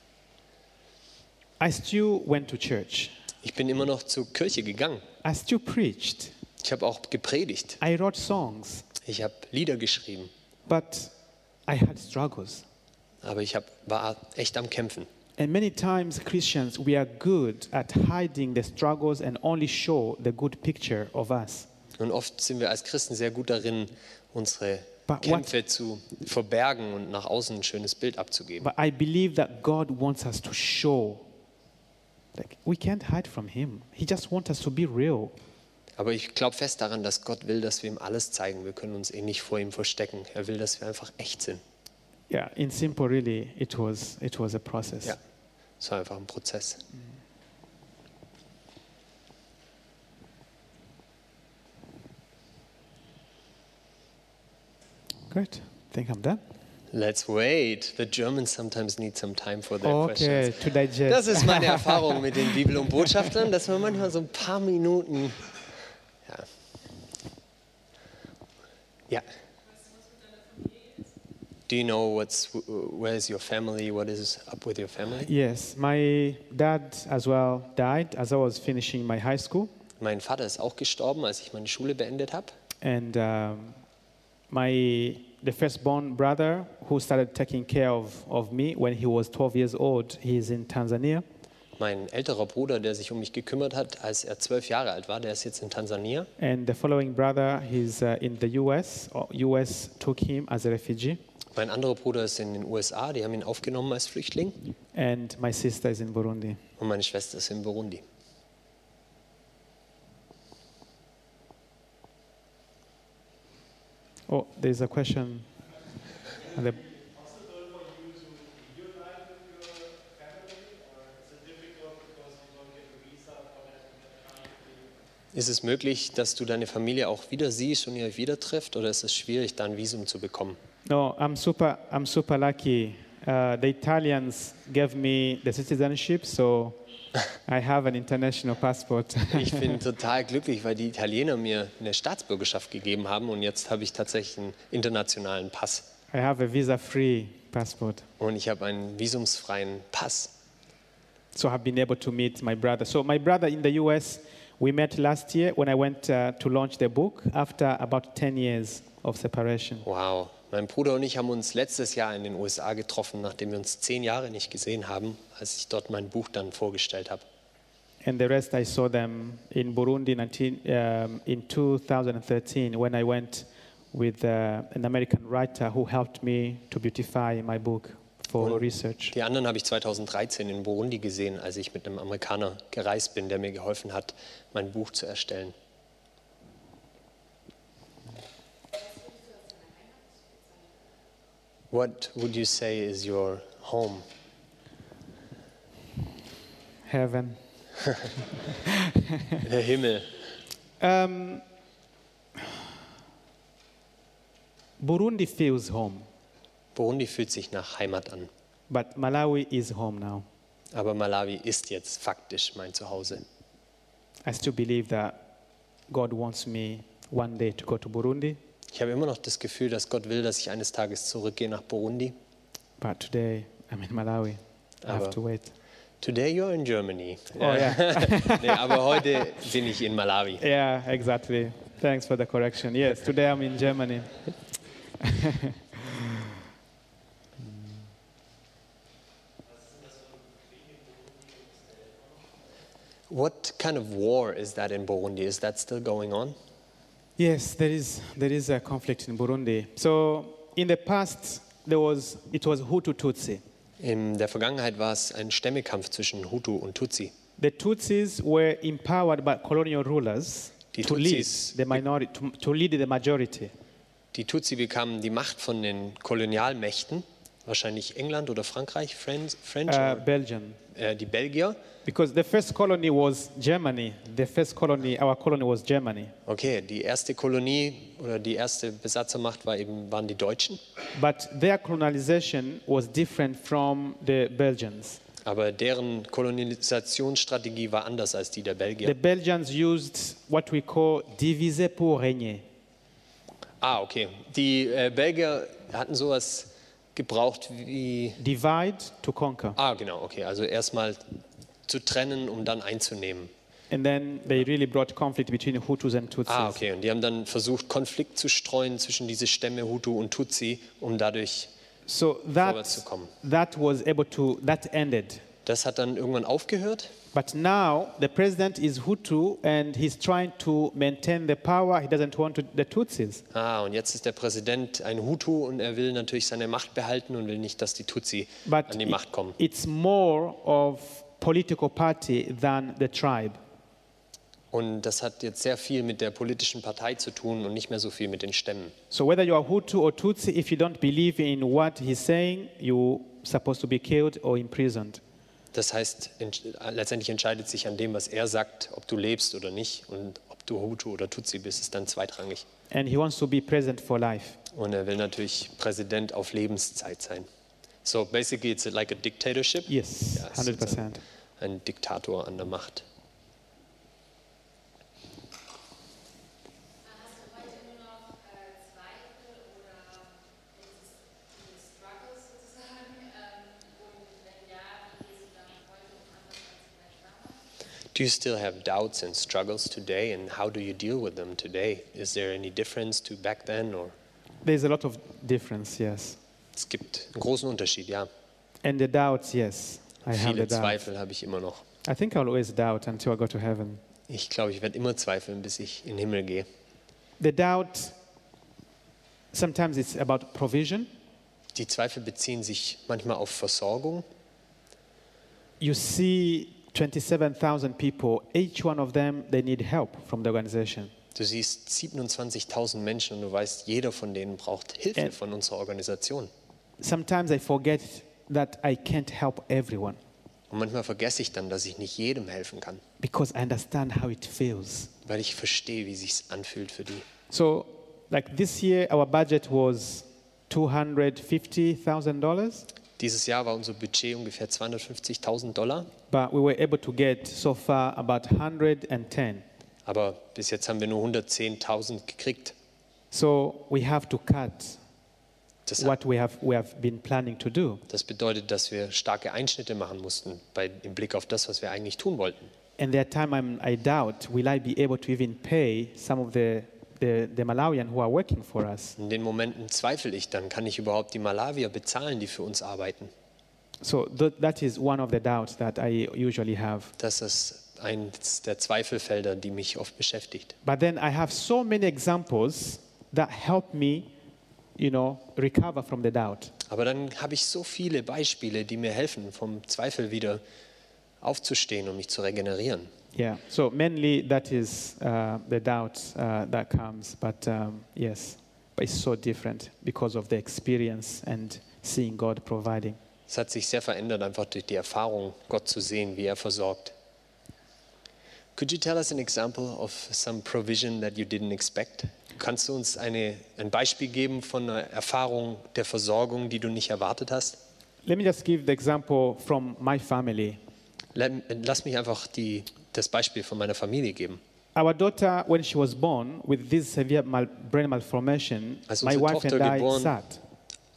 [SPEAKER 2] I still went to church.
[SPEAKER 1] Ich bin immer noch zur Kirche gegangen.
[SPEAKER 2] I still preached.
[SPEAKER 1] Ich habe auch gepredigt.
[SPEAKER 2] I wrote songs.
[SPEAKER 1] Ich habe Lieder geschrieben.
[SPEAKER 2] But I had struggles.
[SPEAKER 1] Aber ich hab, war echt am Kämpfen.
[SPEAKER 2] And many times, Christians, we are good at hiding the struggles and only show the good picture of us.
[SPEAKER 1] Und oft sind wir als Christen sehr gut darin, unsere
[SPEAKER 2] But what-
[SPEAKER 1] Kämpfe zu verbergen und nach außen ein schönes Bild abzugeben.
[SPEAKER 2] But I believe that God wants us to show. Like, we can't hide from Him. He just wants us to be real.
[SPEAKER 1] Aber ich glaube fest daran, dass Gott will, dass wir ihm alles zeigen. Wir können uns eh nicht vor ihm verstecken. Er will, dass wir einfach echt sind.
[SPEAKER 2] Yeah, in simple, really, it was, it was a process.
[SPEAKER 1] Ja, es war einfach ein Prozess.
[SPEAKER 2] Great. think I'm done.
[SPEAKER 1] Let's wait. The Germans sometimes need some time for their
[SPEAKER 2] Okay,
[SPEAKER 1] questions.
[SPEAKER 2] to digest.
[SPEAKER 1] Das ist meine Erfahrung mit den Bibel- und Botschaftern, dass man manchmal so ein paar Minuten. Ja. ja. Do you know what's where's your family? What is up with your family?
[SPEAKER 2] Yes, my dad as well died as I was finishing my high school,
[SPEAKER 1] Mein Vater ist auch gestorben, als ich meine Schule beendet habe.
[SPEAKER 2] and um, my the firstborn brother who started taking care of, of me when he was 12 years old. He's in Tanzania,
[SPEAKER 1] Mein älterer Bruder, der sich um mich gekümmert hat, als er zwölf Jahre alt war, der ist jetzt in Tansania.
[SPEAKER 2] and the following brother he's uh, in the U.S. or U.S. took him as a refugee,
[SPEAKER 1] Mein anderer Bruder ist in den USA, die haben ihn aufgenommen als Flüchtling.
[SPEAKER 2] and my sister is in Burundi.
[SPEAKER 1] Und meine Schwester ist in Burundi.
[SPEAKER 2] Oh, there's a question. at the-
[SPEAKER 1] Ist es möglich, dass du deine Familie auch wieder siehst und ihr euch wieder trifft, oder ist es schwierig, da ein Visum zu bekommen?
[SPEAKER 2] No, I'm super. I'm super lucky. Uh, the Italians gave me the citizenship, so I have an international passport.
[SPEAKER 1] Ich bin total glücklich, weil die Italiener mir eine Staatsbürgerschaft gegeben haben und jetzt habe ich tatsächlich einen internationalen Pass
[SPEAKER 2] I have a visa-free passport,
[SPEAKER 1] und ich habe einen visumsfreien Pass.
[SPEAKER 2] so I've been able to meet my brother. So my brother in the U.S. We met last year when I went uh, to launch the book after about 10 years of separation.
[SPEAKER 1] Wow. Mein Bruder und ich haben uns letztes Jahr in den USA getroffen, nachdem wir uns zehn Jahre nicht gesehen haben, als ich dort mein Buch dann vorgestellt habe.
[SPEAKER 2] And the rest I saw them in Burundi 19, um, in 2013 when I went with uh, an American writer who helped me to beautify my book for
[SPEAKER 1] Und-
[SPEAKER 2] research.
[SPEAKER 1] Die anderen habe ich 2013 in Burundi gesehen, als ich mit einem Amerikaner gereist bin, der mir geholfen hat, mein Buch zu erstellen. What would you say is your home?
[SPEAKER 2] Heaven.
[SPEAKER 1] Der Himmel.
[SPEAKER 2] Um, Burundi feels home,
[SPEAKER 1] Burundi fühlt sich nach Heimat an,
[SPEAKER 2] but Malawi is home now.
[SPEAKER 1] aber Malawi ist jetzt faktisch mein Zuhause.
[SPEAKER 2] I still believe that God wants me one day to go to Burundi,
[SPEAKER 1] Ich habe immer noch das Gefühl, dass Gott will, dass ich eines Tages zurückgehe nach Burundi.
[SPEAKER 2] but today I'm in Malawi. I
[SPEAKER 1] Aber-
[SPEAKER 2] have to wait.
[SPEAKER 1] Today you're in Germany.
[SPEAKER 2] Oh, yeah.
[SPEAKER 1] nee, aber heute bin ich in Malawi.
[SPEAKER 2] Yeah, exactly. Thanks for the correction. Yes, today I'm in Germany.
[SPEAKER 1] What kind of war is that in Burundi? Is that still going on?
[SPEAKER 2] Yes, there is there is a conflict in Burundi. So in the past there was it was Hutu Tutsi.
[SPEAKER 1] In der Vergangenheit war es ein Stämmekampf zwischen Hutu und Tutsi.
[SPEAKER 2] The Tutsis were empowered by colonial rulers
[SPEAKER 1] Die
[SPEAKER 2] to lead
[SPEAKER 1] Tutsis-
[SPEAKER 2] the minority to, to lead the majority.
[SPEAKER 1] Die Tutsi bekamen die Macht von den Kolonialmächten, wahrscheinlich England oder Frankreich, Friends, French,
[SPEAKER 2] Uh, Belgium.
[SPEAKER 1] äh, die Belgier.
[SPEAKER 2] Because the first colony was Germany. The first colony, our colony was Germany.
[SPEAKER 1] Okay, die erste Kolonie oder die erste Besatzermacht war eben, waren die Deutschen,
[SPEAKER 2] But their colonization was different from the Belgians.
[SPEAKER 1] aber deren Kolonisationsstrategie war anders als die der Belgier.
[SPEAKER 2] The Belgians used what we call diviser pour régner.
[SPEAKER 1] ah, okay. Die äh, Belgier hatten sowas gebraucht wie
[SPEAKER 2] divide to conquer.
[SPEAKER 1] Ah, genau, okay. Also erstmal zu trennen, um dann einzunehmen.
[SPEAKER 2] And then they really brought conflict between Hutus and Tutsis.
[SPEAKER 1] Ah, okay. Und die haben dann versucht, Konflikt zu streuen zwischen diese Stämme Hutu und Tutsi, um dadurch.
[SPEAKER 2] So
[SPEAKER 1] Vorwärts
[SPEAKER 2] that,
[SPEAKER 1] zu kommen.
[SPEAKER 2] that was able to, that ended.
[SPEAKER 1] Das hat dann irgendwann aufgehört.
[SPEAKER 2] But now the president is Hutu and he's trying to maintain the power. He doesn't want to, the Tutsis.
[SPEAKER 1] Ah, und jetzt ist der Präsident ein Hutu und er will natürlich seine Macht behalten und will nicht, dass die Tutsi
[SPEAKER 2] But
[SPEAKER 1] an die
[SPEAKER 2] it-
[SPEAKER 1] Macht kommen.
[SPEAKER 2] it's more of political party than the tribe.
[SPEAKER 1] Und das hat jetzt sehr viel mit der politischen Partei zu tun und nicht mehr so viel mit den Stämmen.
[SPEAKER 2] So whether you are Hutu or Tutsi, if you don't believe in what he's saying, you're supposed to be killed or imprisoned.
[SPEAKER 1] Das heißt, ent- letztendlich entscheidet sich an dem, was er sagt, ob du lebst oder nicht. Und ob du Hutu oder Tutsi bist, ist dann zweitrangig.
[SPEAKER 2] And he wants to be present for life.
[SPEAKER 1] Und er will natürlich Präsident auf Lebenszeit sein. So basically it's like a dictatorship.
[SPEAKER 2] Yes,
[SPEAKER 1] Ja, es ist
[SPEAKER 2] 100%.
[SPEAKER 1] Ein Diktator an der Macht.
[SPEAKER 4] Hast du heute nur noch äh, Zweifel oder dieses, diese Struggles sozusagen? Ähm, und wenn ja, wie gehst du damit heute um anders als vielleicht damals?
[SPEAKER 1] Do you still have doubts and struggles today and how do you deal with them today? Is there any difference to back then or
[SPEAKER 2] There's a lot of difference, yes.
[SPEAKER 1] es gibt einen großen Unterschied, ja.
[SPEAKER 2] And the doubts, yes. I have the
[SPEAKER 1] Viele
[SPEAKER 2] doubt.
[SPEAKER 1] Zweifel habe ich immer noch.
[SPEAKER 2] I think I'll always doubt until I go to heaven.
[SPEAKER 1] Ich glaube, ich werde immer zweifeln, bis ich in den Himmel gehe.
[SPEAKER 2] The doubt, sometimes it's about provision.
[SPEAKER 1] Die Zweifel beziehen sich manchmal auf Versorgung.
[SPEAKER 2] You see 27,000 people, each one of them, they need help from the organization.
[SPEAKER 1] Du siehst 27.000 Menschen und du weißt, jeder von denen braucht Hilfe
[SPEAKER 2] Ä-
[SPEAKER 1] von unserer Organisation.
[SPEAKER 2] Sometimes I forget that I can't help everyone.
[SPEAKER 1] Und manchmal vergesse ich dann, dass ich nicht jedem helfen kann,
[SPEAKER 2] because I understand how it feels.
[SPEAKER 1] weil ich verstehe, wie sich's anfühlt für die.
[SPEAKER 2] So, like this year, our budget was $250,000,
[SPEAKER 1] Dieses Jahr war unser Budget ungefähr 250.000 Dollar,
[SPEAKER 2] but we were able to get so far about 110.
[SPEAKER 1] aber bis jetzt haben wir nur 110.000 gekriegt.
[SPEAKER 2] So we have to cut
[SPEAKER 1] Das,
[SPEAKER 2] what we have we have been planning to do,
[SPEAKER 1] das bedeutet, dass wir starke Einschnitte machen mussten bei, im Blick auf das, was wir eigentlich tun wollten.
[SPEAKER 2] and there are time I'm, I doubt will I be able to even pay some of the the, the Malawian who are working for us.
[SPEAKER 1] In den Momenten zweifle ich dann, kann ich überhaupt die Malawier bezahlen, die für uns arbeiten?
[SPEAKER 2] So th- that is one of the doubts that I usually have.
[SPEAKER 1] Das ist eines der Zweifelfelder, die mich oft beschäftigt.
[SPEAKER 2] But then I have so many examples that help me, you know, recover from the doubt.
[SPEAKER 1] Aber dann habe ich so viele Beispiele, die mir helfen, vom Zweifel wieder aufzustehen und mich zu regenerieren.
[SPEAKER 2] Yeah. So mainly that is uh, the doubt uh, that comes. But um, yes, but it's so different because of the experience and seeing God providing.
[SPEAKER 1] Es hat sich sehr verändert, einfach durch die Erfahrung, Gott zu sehen, wie er versorgt. Could you tell us an example of some provision that you didn't expect? Kannst du uns eine, ein Beispiel geben von einer Erfahrung der Versorgung, die du nicht erwartet hast?
[SPEAKER 2] Let me just give the example from my family.
[SPEAKER 1] Let, lass mich einfach die, das Beispiel von meiner Familie geben.
[SPEAKER 2] Our daughter, when she was born with this severe mal- brain malformation,
[SPEAKER 1] Als
[SPEAKER 2] my
[SPEAKER 1] unsere
[SPEAKER 2] wife
[SPEAKER 1] Tochter
[SPEAKER 2] and I
[SPEAKER 1] geboren-
[SPEAKER 2] sat.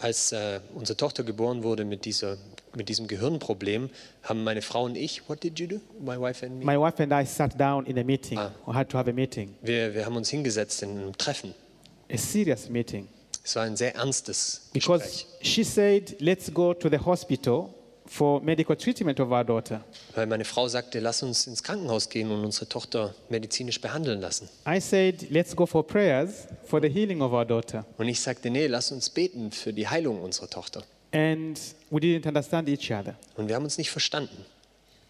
[SPEAKER 1] Als äh, unsere Tochter geboren wurde mit, dieser, mit diesem Gehirnproblem, haben meine Frau und ich, what did you do? My wife and me?
[SPEAKER 2] My wife and I sat down in a meeting.
[SPEAKER 1] Ah.
[SPEAKER 2] We had to have a meeting,
[SPEAKER 1] wir, wir haben uns hingesetzt in einem Treffen.
[SPEAKER 2] a serious meeting.
[SPEAKER 1] Es war ein sehr ernstes Gespräch.
[SPEAKER 2] Because she said, let's go to the hospital for medical treatment of our daughter.
[SPEAKER 1] Weil meine Frau sagte, lass uns ins Krankenhaus gehen und unsere Tochter medizinisch behandeln lassen.
[SPEAKER 2] I said, let's go for prayers for the healing of our daughter.
[SPEAKER 1] Und ich sagte, nee, lass uns beten für die Heilung unserer Tochter.
[SPEAKER 2] And we didn't understand each other.
[SPEAKER 1] Und wir haben uns nicht verstanden.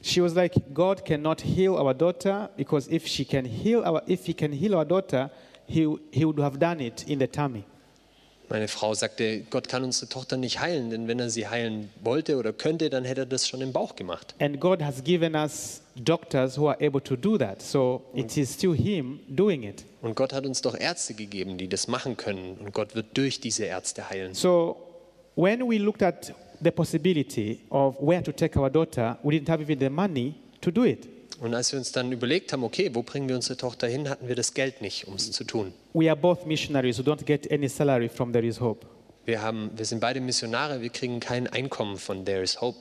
[SPEAKER 2] She was like, God cannot heal our daughter because if she can heal our, if he can heal our daughter, he, he would have done it in the tummy.
[SPEAKER 1] Meine Frau sagte, Gott kann unsere Tochter nicht heilen, denn wenn er sie heilen wollte oder könnte, dann hätte er das schon im Bauch gemacht.
[SPEAKER 2] And God has given us doctors who are able to do that. So it is still him doing it.
[SPEAKER 1] Und Gott hat uns doch Ärzte gegeben, die das machen können. Und Gott wird durch diese Ärzte heilen.
[SPEAKER 2] So when we looked at the possibility of where to take our daughter, we didn't have even the money to do it.
[SPEAKER 1] Und als wir uns dann überlegt haben, okay, wo bringen wir unsere Tochter hin, hatten wir das Geld nicht, um es zu tun.
[SPEAKER 2] We are both missionaries who don't get any salary from There Is Hope.
[SPEAKER 1] Wir, haben, wir sind beide Missionare, wir kriegen kein Einkommen von There is Hope.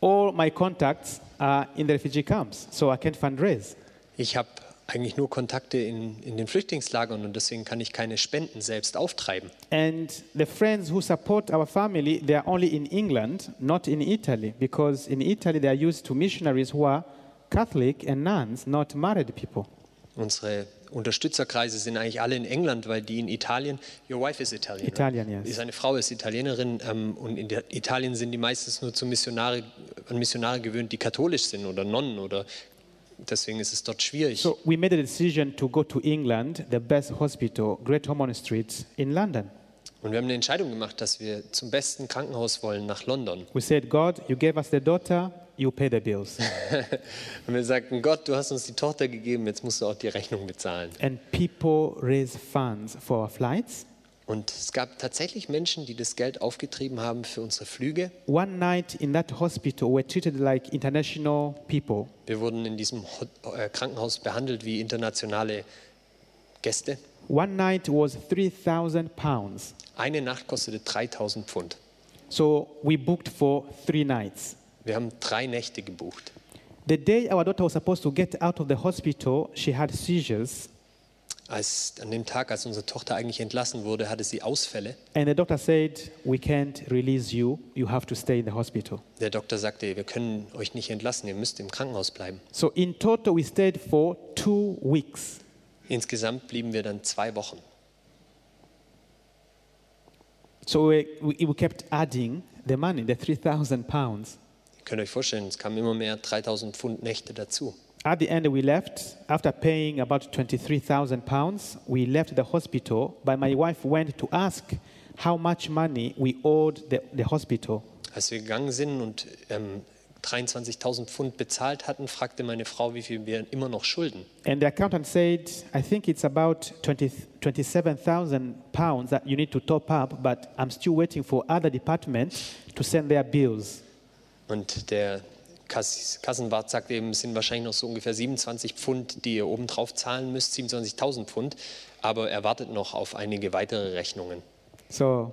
[SPEAKER 2] All my contacts are in the refugee camps, so I can't fundraise.
[SPEAKER 1] Ich habe eigentlich nur Kontakte in, in den Flüchtlingslagern und deswegen kann ich keine Spenden selbst auftreiben.
[SPEAKER 2] And the friends who support our family, they are only in England, not in Italy, because in Italy they are used to missionaries who are Catholic and nuns, not married people.
[SPEAKER 1] Unsere Unterstützerkreise sind eigentlich alle in England, weil die in Italien, your wife is Italian.
[SPEAKER 2] Italian,
[SPEAKER 1] right?
[SPEAKER 2] yes.
[SPEAKER 1] Seine Frau ist Italienerin ähm, und in der- Italien sind die meistens nur zu Missionare, an Missionare gewöhnt, die katholisch sind oder Nonnen oder deswegen ist es dort schwierig.
[SPEAKER 2] So we made a decision to go to England, the best hospital, Great Ormond Street in London.
[SPEAKER 1] Und wir haben eine Entscheidung gemacht, dass wir zum besten Krankenhaus wollen nach London.
[SPEAKER 2] We said, God, you gave us the daughter, you pay the bills.
[SPEAKER 1] Und wir sagten, Gott, du hast uns die Tochter gegeben, jetzt musst du auch die Rechnung bezahlen.
[SPEAKER 2] and people raise funds for our flights.
[SPEAKER 1] Und es gab tatsächlich Menschen, die das Geld aufgetrieben haben für unsere Flüge.
[SPEAKER 2] One night in that hospital, we're treated like international people.
[SPEAKER 1] Wir wurden in diesem Ho- äh, Krankenhaus behandelt wie internationale Gäste.
[SPEAKER 2] One night was 3,000 pounds.
[SPEAKER 1] Eine Nacht kostete 3000 Pfund.
[SPEAKER 2] So we booked for three nights.
[SPEAKER 1] Wir haben drei Nächte gebucht.
[SPEAKER 2] The day our daughter was supposed to get out of the hospital, she had seizures.
[SPEAKER 1] Als, an dem Tag, als unsere Tochter eigentlich entlassen wurde, hatte sie Ausfälle.
[SPEAKER 2] And the doctor said, We can't release you. You have to stay in the hospital.
[SPEAKER 1] Der Doktor sagte, wir können euch nicht entlassen, ihr müsst im Krankenhaus bleiben.
[SPEAKER 2] So in total, we stayed for two weeks.
[SPEAKER 1] Insgesamt blieben wir dann zwei Wochen.
[SPEAKER 2] So we, we, we kept adding the money, the 3,000 pounds.
[SPEAKER 1] Ihr könnt euch vorstellen, es kamen immer mehr 3000 Pfund Nächte dazu.
[SPEAKER 2] At the end, we left. After paying about 23,000 pounds, we left the hospital. But my wife went to ask how much money we owed the, the hospital.
[SPEAKER 1] Als wir gegangen sind und ähm, 23.000 Pfund bezahlt hatten, fragte meine Frau, wie viel wir immer noch schulden.
[SPEAKER 2] And the accountant said, I think it's about 20, 27,000 pounds that you need to top up, but I'm still waiting for other departments to send their bills.
[SPEAKER 1] Und der Kass Kassenwart sagte eben, es sind wahrscheinlich noch so ungefähr 27 Pfund, die ihr obendrauf zahlen müsst, 27.000 Pfund, aber er wartet noch auf einige weitere Rechnungen.
[SPEAKER 2] So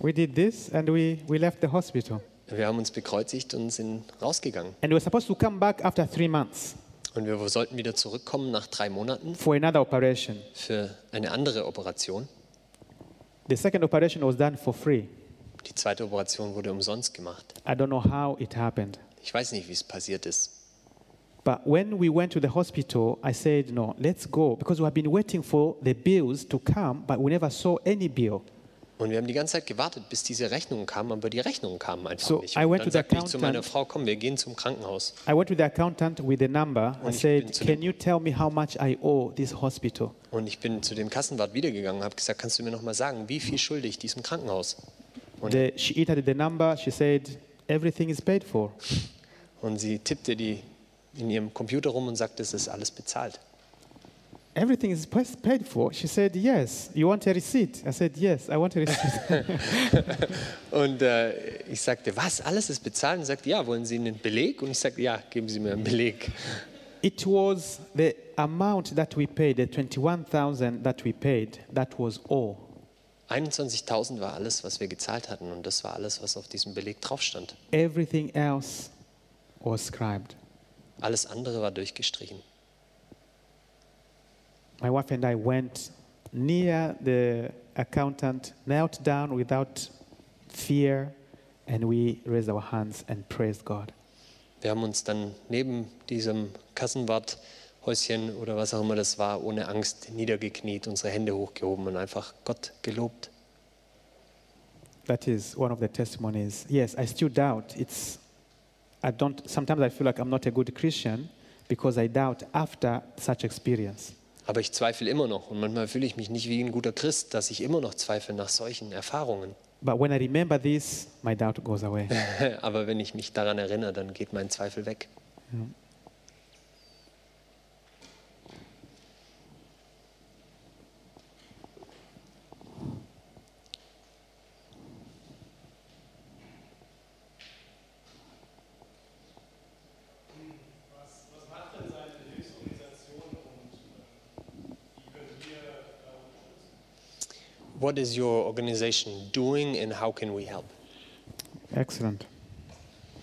[SPEAKER 2] we did this and we, we left the hospital.
[SPEAKER 1] Wir haben uns bekreuzigt und sind rausgegangen.
[SPEAKER 2] And we were supposed to come back after three months
[SPEAKER 1] Und wir sollten wieder zurückkommen nach drei Monaten
[SPEAKER 2] for another operation.
[SPEAKER 1] für eine andere Operation.
[SPEAKER 2] The second operation was done for free.
[SPEAKER 1] Die zweite Operation wurde umsonst gemacht.
[SPEAKER 2] I don't know how it happened.
[SPEAKER 1] Ich weiß nicht, wie es passiert ist.
[SPEAKER 2] But when we went to the hospital, I said, no, let's go, because we have been waiting for the bills to come, but we never saw any bill.
[SPEAKER 1] Und wir haben die ganze Zeit gewartet, bis diese Rechnungen kamen, aber die Rechnungen kamen einfach
[SPEAKER 2] So,
[SPEAKER 1] nicht.
[SPEAKER 2] I
[SPEAKER 1] Und
[SPEAKER 2] went
[SPEAKER 1] dann
[SPEAKER 2] to the
[SPEAKER 1] sagte ich zu meiner
[SPEAKER 2] accountant.
[SPEAKER 1] Frau, komm, wir gehen zum Krankenhaus.
[SPEAKER 2] I went to the accountant with the number. I
[SPEAKER 1] Und ich bin
[SPEAKER 2] said,
[SPEAKER 1] zu
[SPEAKER 2] Can you tell me how much I owe this hospital?
[SPEAKER 1] Und ich bin zu dem Kassenwart wiedergegangen und habe gesagt, kannst du mir nochmal sagen, wie viel schulde ich diesem Krankenhaus?
[SPEAKER 2] The, she entered the number. She said, Everything is paid for.
[SPEAKER 1] Und sie tippte die in ihrem Computer rum und sagte, es ist alles bezahlt.
[SPEAKER 2] Everything is pa- paid for. She said, Yes. You want a receipt? I said, Yes, I want a receipt.
[SPEAKER 1] Und äh, ich sagte, was, alles ist bezahlt? Und sie sagte, ja, wollen Sie einen Beleg? Und ich sagte, ja, geben Sie mir einen Beleg.
[SPEAKER 2] it was the amount that we paid, the 21,000 that we paid, that was all.
[SPEAKER 1] 21.000 war alles, was wir gezahlt hatten und das war alles, was auf diesem Beleg drauf stand.
[SPEAKER 2] Everything else was scribed.
[SPEAKER 1] Alles andere war durchgestrichen.
[SPEAKER 2] My wife and I went near the accountant, knelt down without fear, and we raised our hands and praised God.
[SPEAKER 1] Wir haben uns dann neben diesem Kassenwarthäuschen oder was auch immer das war, ohne Angst niedergekniet, unsere Hände hochgehoben und einfach Gott gelobt.
[SPEAKER 2] That is one of the testimonies. Yes, I still doubt. It's I don't sometimes I feel like I'm not a good Christian because I doubt after such experience.
[SPEAKER 1] Aber ich zweifle immer noch und manchmal fühle ich mich nicht wie ein guter Christ, dass ich immer noch zweifle nach solchen Erfahrungen.
[SPEAKER 2] But when I remember this, my doubt goes away.
[SPEAKER 1] Aber wenn ich mich daran erinnere, dann geht mein Zweifel weg.
[SPEAKER 3] Was, was macht denn seine Hilfsorganisation und äh, wie können wir da unterstützen?
[SPEAKER 1] What
[SPEAKER 3] äh,
[SPEAKER 1] is your organization doing and how can we help?
[SPEAKER 2] Excellent.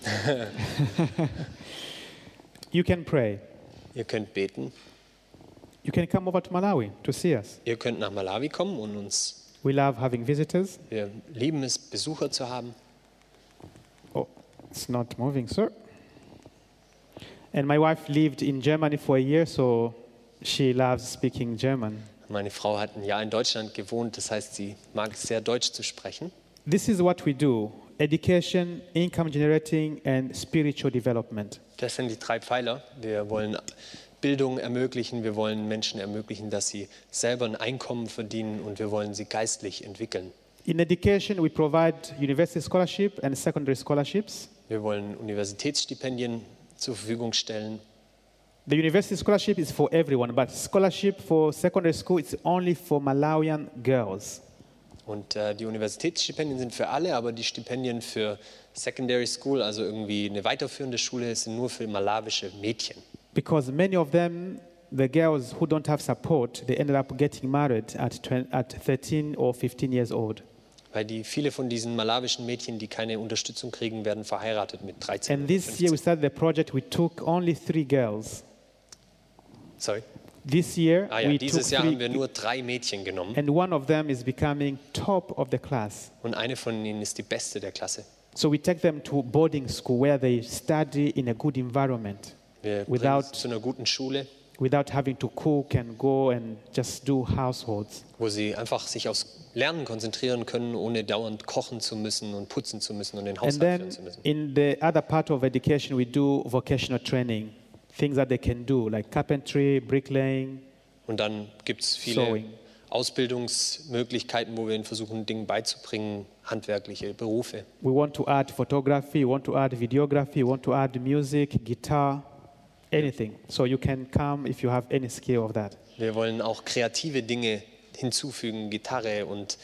[SPEAKER 2] you can pray.
[SPEAKER 1] Ihr könnt beten.
[SPEAKER 2] you can come over to Malawi to see us.
[SPEAKER 1] Ihr könnt nach Malawi kommen und uns,
[SPEAKER 2] We love having visitors.
[SPEAKER 1] wir lieben es, Besucher zu haben.
[SPEAKER 2] Oh, it's not moving, sir. And my wife lived in Germany for a year, so she loves speaking German.
[SPEAKER 1] Meine Frau hat ein Jahr in Deutschland gewohnt, das heißt, sie mag es sehr, Deutsch zu sprechen.
[SPEAKER 2] This is what we do education, income generating, and spiritual development.
[SPEAKER 1] Das sind die drei Pfeiler. Wir wollen Bildung ermöglichen, wir wollen Menschen ermöglichen, dass sie selber ein Einkommen verdienen und wir wollen sie geistlich entwickeln.
[SPEAKER 2] In education, we provide university scholarship and secondary scholarships.
[SPEAKER 1] Wir wollen Universitätsstipendien zur Verfügung stellen.
[SPEAKER 2] The university scholarship is for everyone, but scholarship for secondary school is only for Malawian girls.
[SPEAKER 1] Und äh, die Universitätsstipendien sind für alle, aber die Stipendien für Secondary School, also irgendwie eine weiterführende Schule, sind nur für malawische Mädchen.
[SPEAKER 2] Because many of them, the girls who don't have support, they ended up getting married at, 12, at 13 or 15 years old.
[SPEAKER 1] Weil die, viele von diesen malawischen Mädchen, die keine Unterstützung kriegen, werden verheiratet mit 13.
[SPEAKER 2] And
[SPEAKER 1] oder
[SPEAKER 2] this year
[SPEAKER 1] 15.
[SPEAKER 2] we started the project, we took only three girls.
[SPEAKER 1] Sorry.
[SPEAKER 2] This year
[SPEAKER 1] Ah ja,
[SPEAKER 2] we took
[SPEAKER 1] dieses Jahr haben wir
[SPEAKER 2] three,
[SPEAKER 1] nur drei Mädchen genommen
[SPEAKER 2] and one of them is becoming top of the class.
[SPEAKER 1] und eine von ihnen ist die beste der Klasse.
[SPEAKER 2] So we take them to boarding school where they study in a good environment
[SPEAKER 1] Wir bringen
[SPEAKER 2] Without-
[SPEAKER 1] sie zu einer guten Schule,
[SPEAKER 2] without having to cook and go and just do households.
[SPEAKER 1] wo sie einfach sich aufs Lernen konzentrieren können, ohne dauernd kochen zu müssen und putzen zu müssen und den
[SPEAKER 2] And
[SPEAKER 1] Haushalt führen
[SPEAKER 2] then
[SPEAKER 1] zu müssen.
[SPEAKER 2] in the other part of education, we do vocational training, things that they can do like carpentry, bricklaying.
[SPEAKER 1] Und dann gibt es viele
[SPEAKER 2] Sewing.
[SPEAKER 1] Ausbildungsmöglichkeiten, wo wir ihnen versuchen, Dinge beizubringen, handwerkliche Berufe.
[SPEAKER 2] We want to add photography, we want to add videography, we want to add music, guitar, anything. So you can come if you have any skill of that.
[SPEAKER 1] Wir wollen auch kreative Dinge hinzufügen, Gitarre und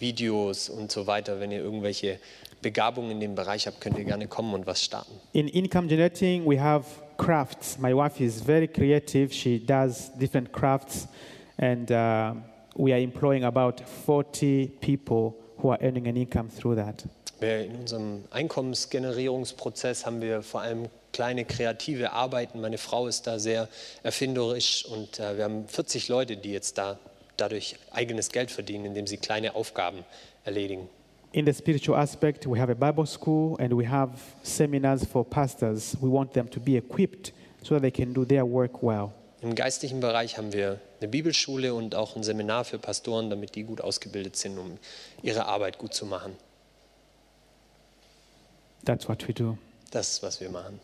[SPEAKER 1] Videos und so weiter. Wenn ihr irgendwelche Begabungen in dem Bereich habt, könnt ihr gerne kommen und was starten.
[SPEAKER 2] In income generating, we have crafts. My wife is very creative. She does different crafts, and uh, we are employing about 40 people who are earning an income through that.
[SPEAKER 1] Wir in unserem Einkommensgenerierungsprozess haben wir vor allem kleine kreative Arbeiten. Meine Frau ist da sehr erfinderisch und äh, wir haben 40 Leute, die jetzt da dadurch eigenes Geld verdienen, indem sie kleine Aufgaben erledigen.
[SPEAKER 2] In the spiritual aspect, we have a Bible school and we have seminars for pastors. We want them to be equipped so that they can do their work well.
[SPEAKER 1] Im geistlichen Bereich haben wir eine Bibelschule und auch ein Seminar für Pastoren, damit die gut ausgebildet sind, um ihre Arbeit gut zu machen.
[SPEAKER 2] That's what we do.
[SPEAKER 1] Das ist, was wir machen.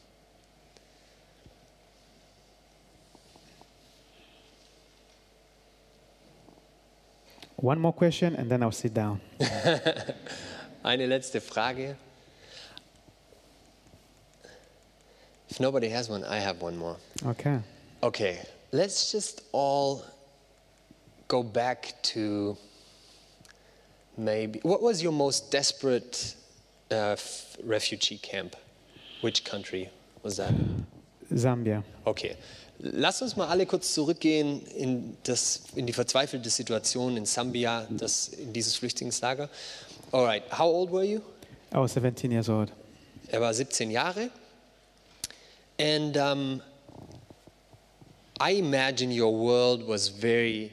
[SPEAKER 2] One more question, and then I'll sit down.
[SPEAKER 1] Eine letzte Frage. If nobody has one, I have one more.
[SPEAKER 2] Okay.
[SPEAKER 1] Okay, let's just all go back to maybe. What was your most desperate uh, f- refugee camp? Which country was that?
[SPEAKER 2] Zambia.
[SPEAKER 1] Okay. Lass uns mal alle kurz zurückgehen in, das, in die verzweifelte Situation in Sambia, das, in dieses Flüchtlingslager. Alright, how old were you?
[SPEAKER 2] I was 17 years old.
[SPEAKER 1] Er war 17 Jahre. And um, I imagine your world was very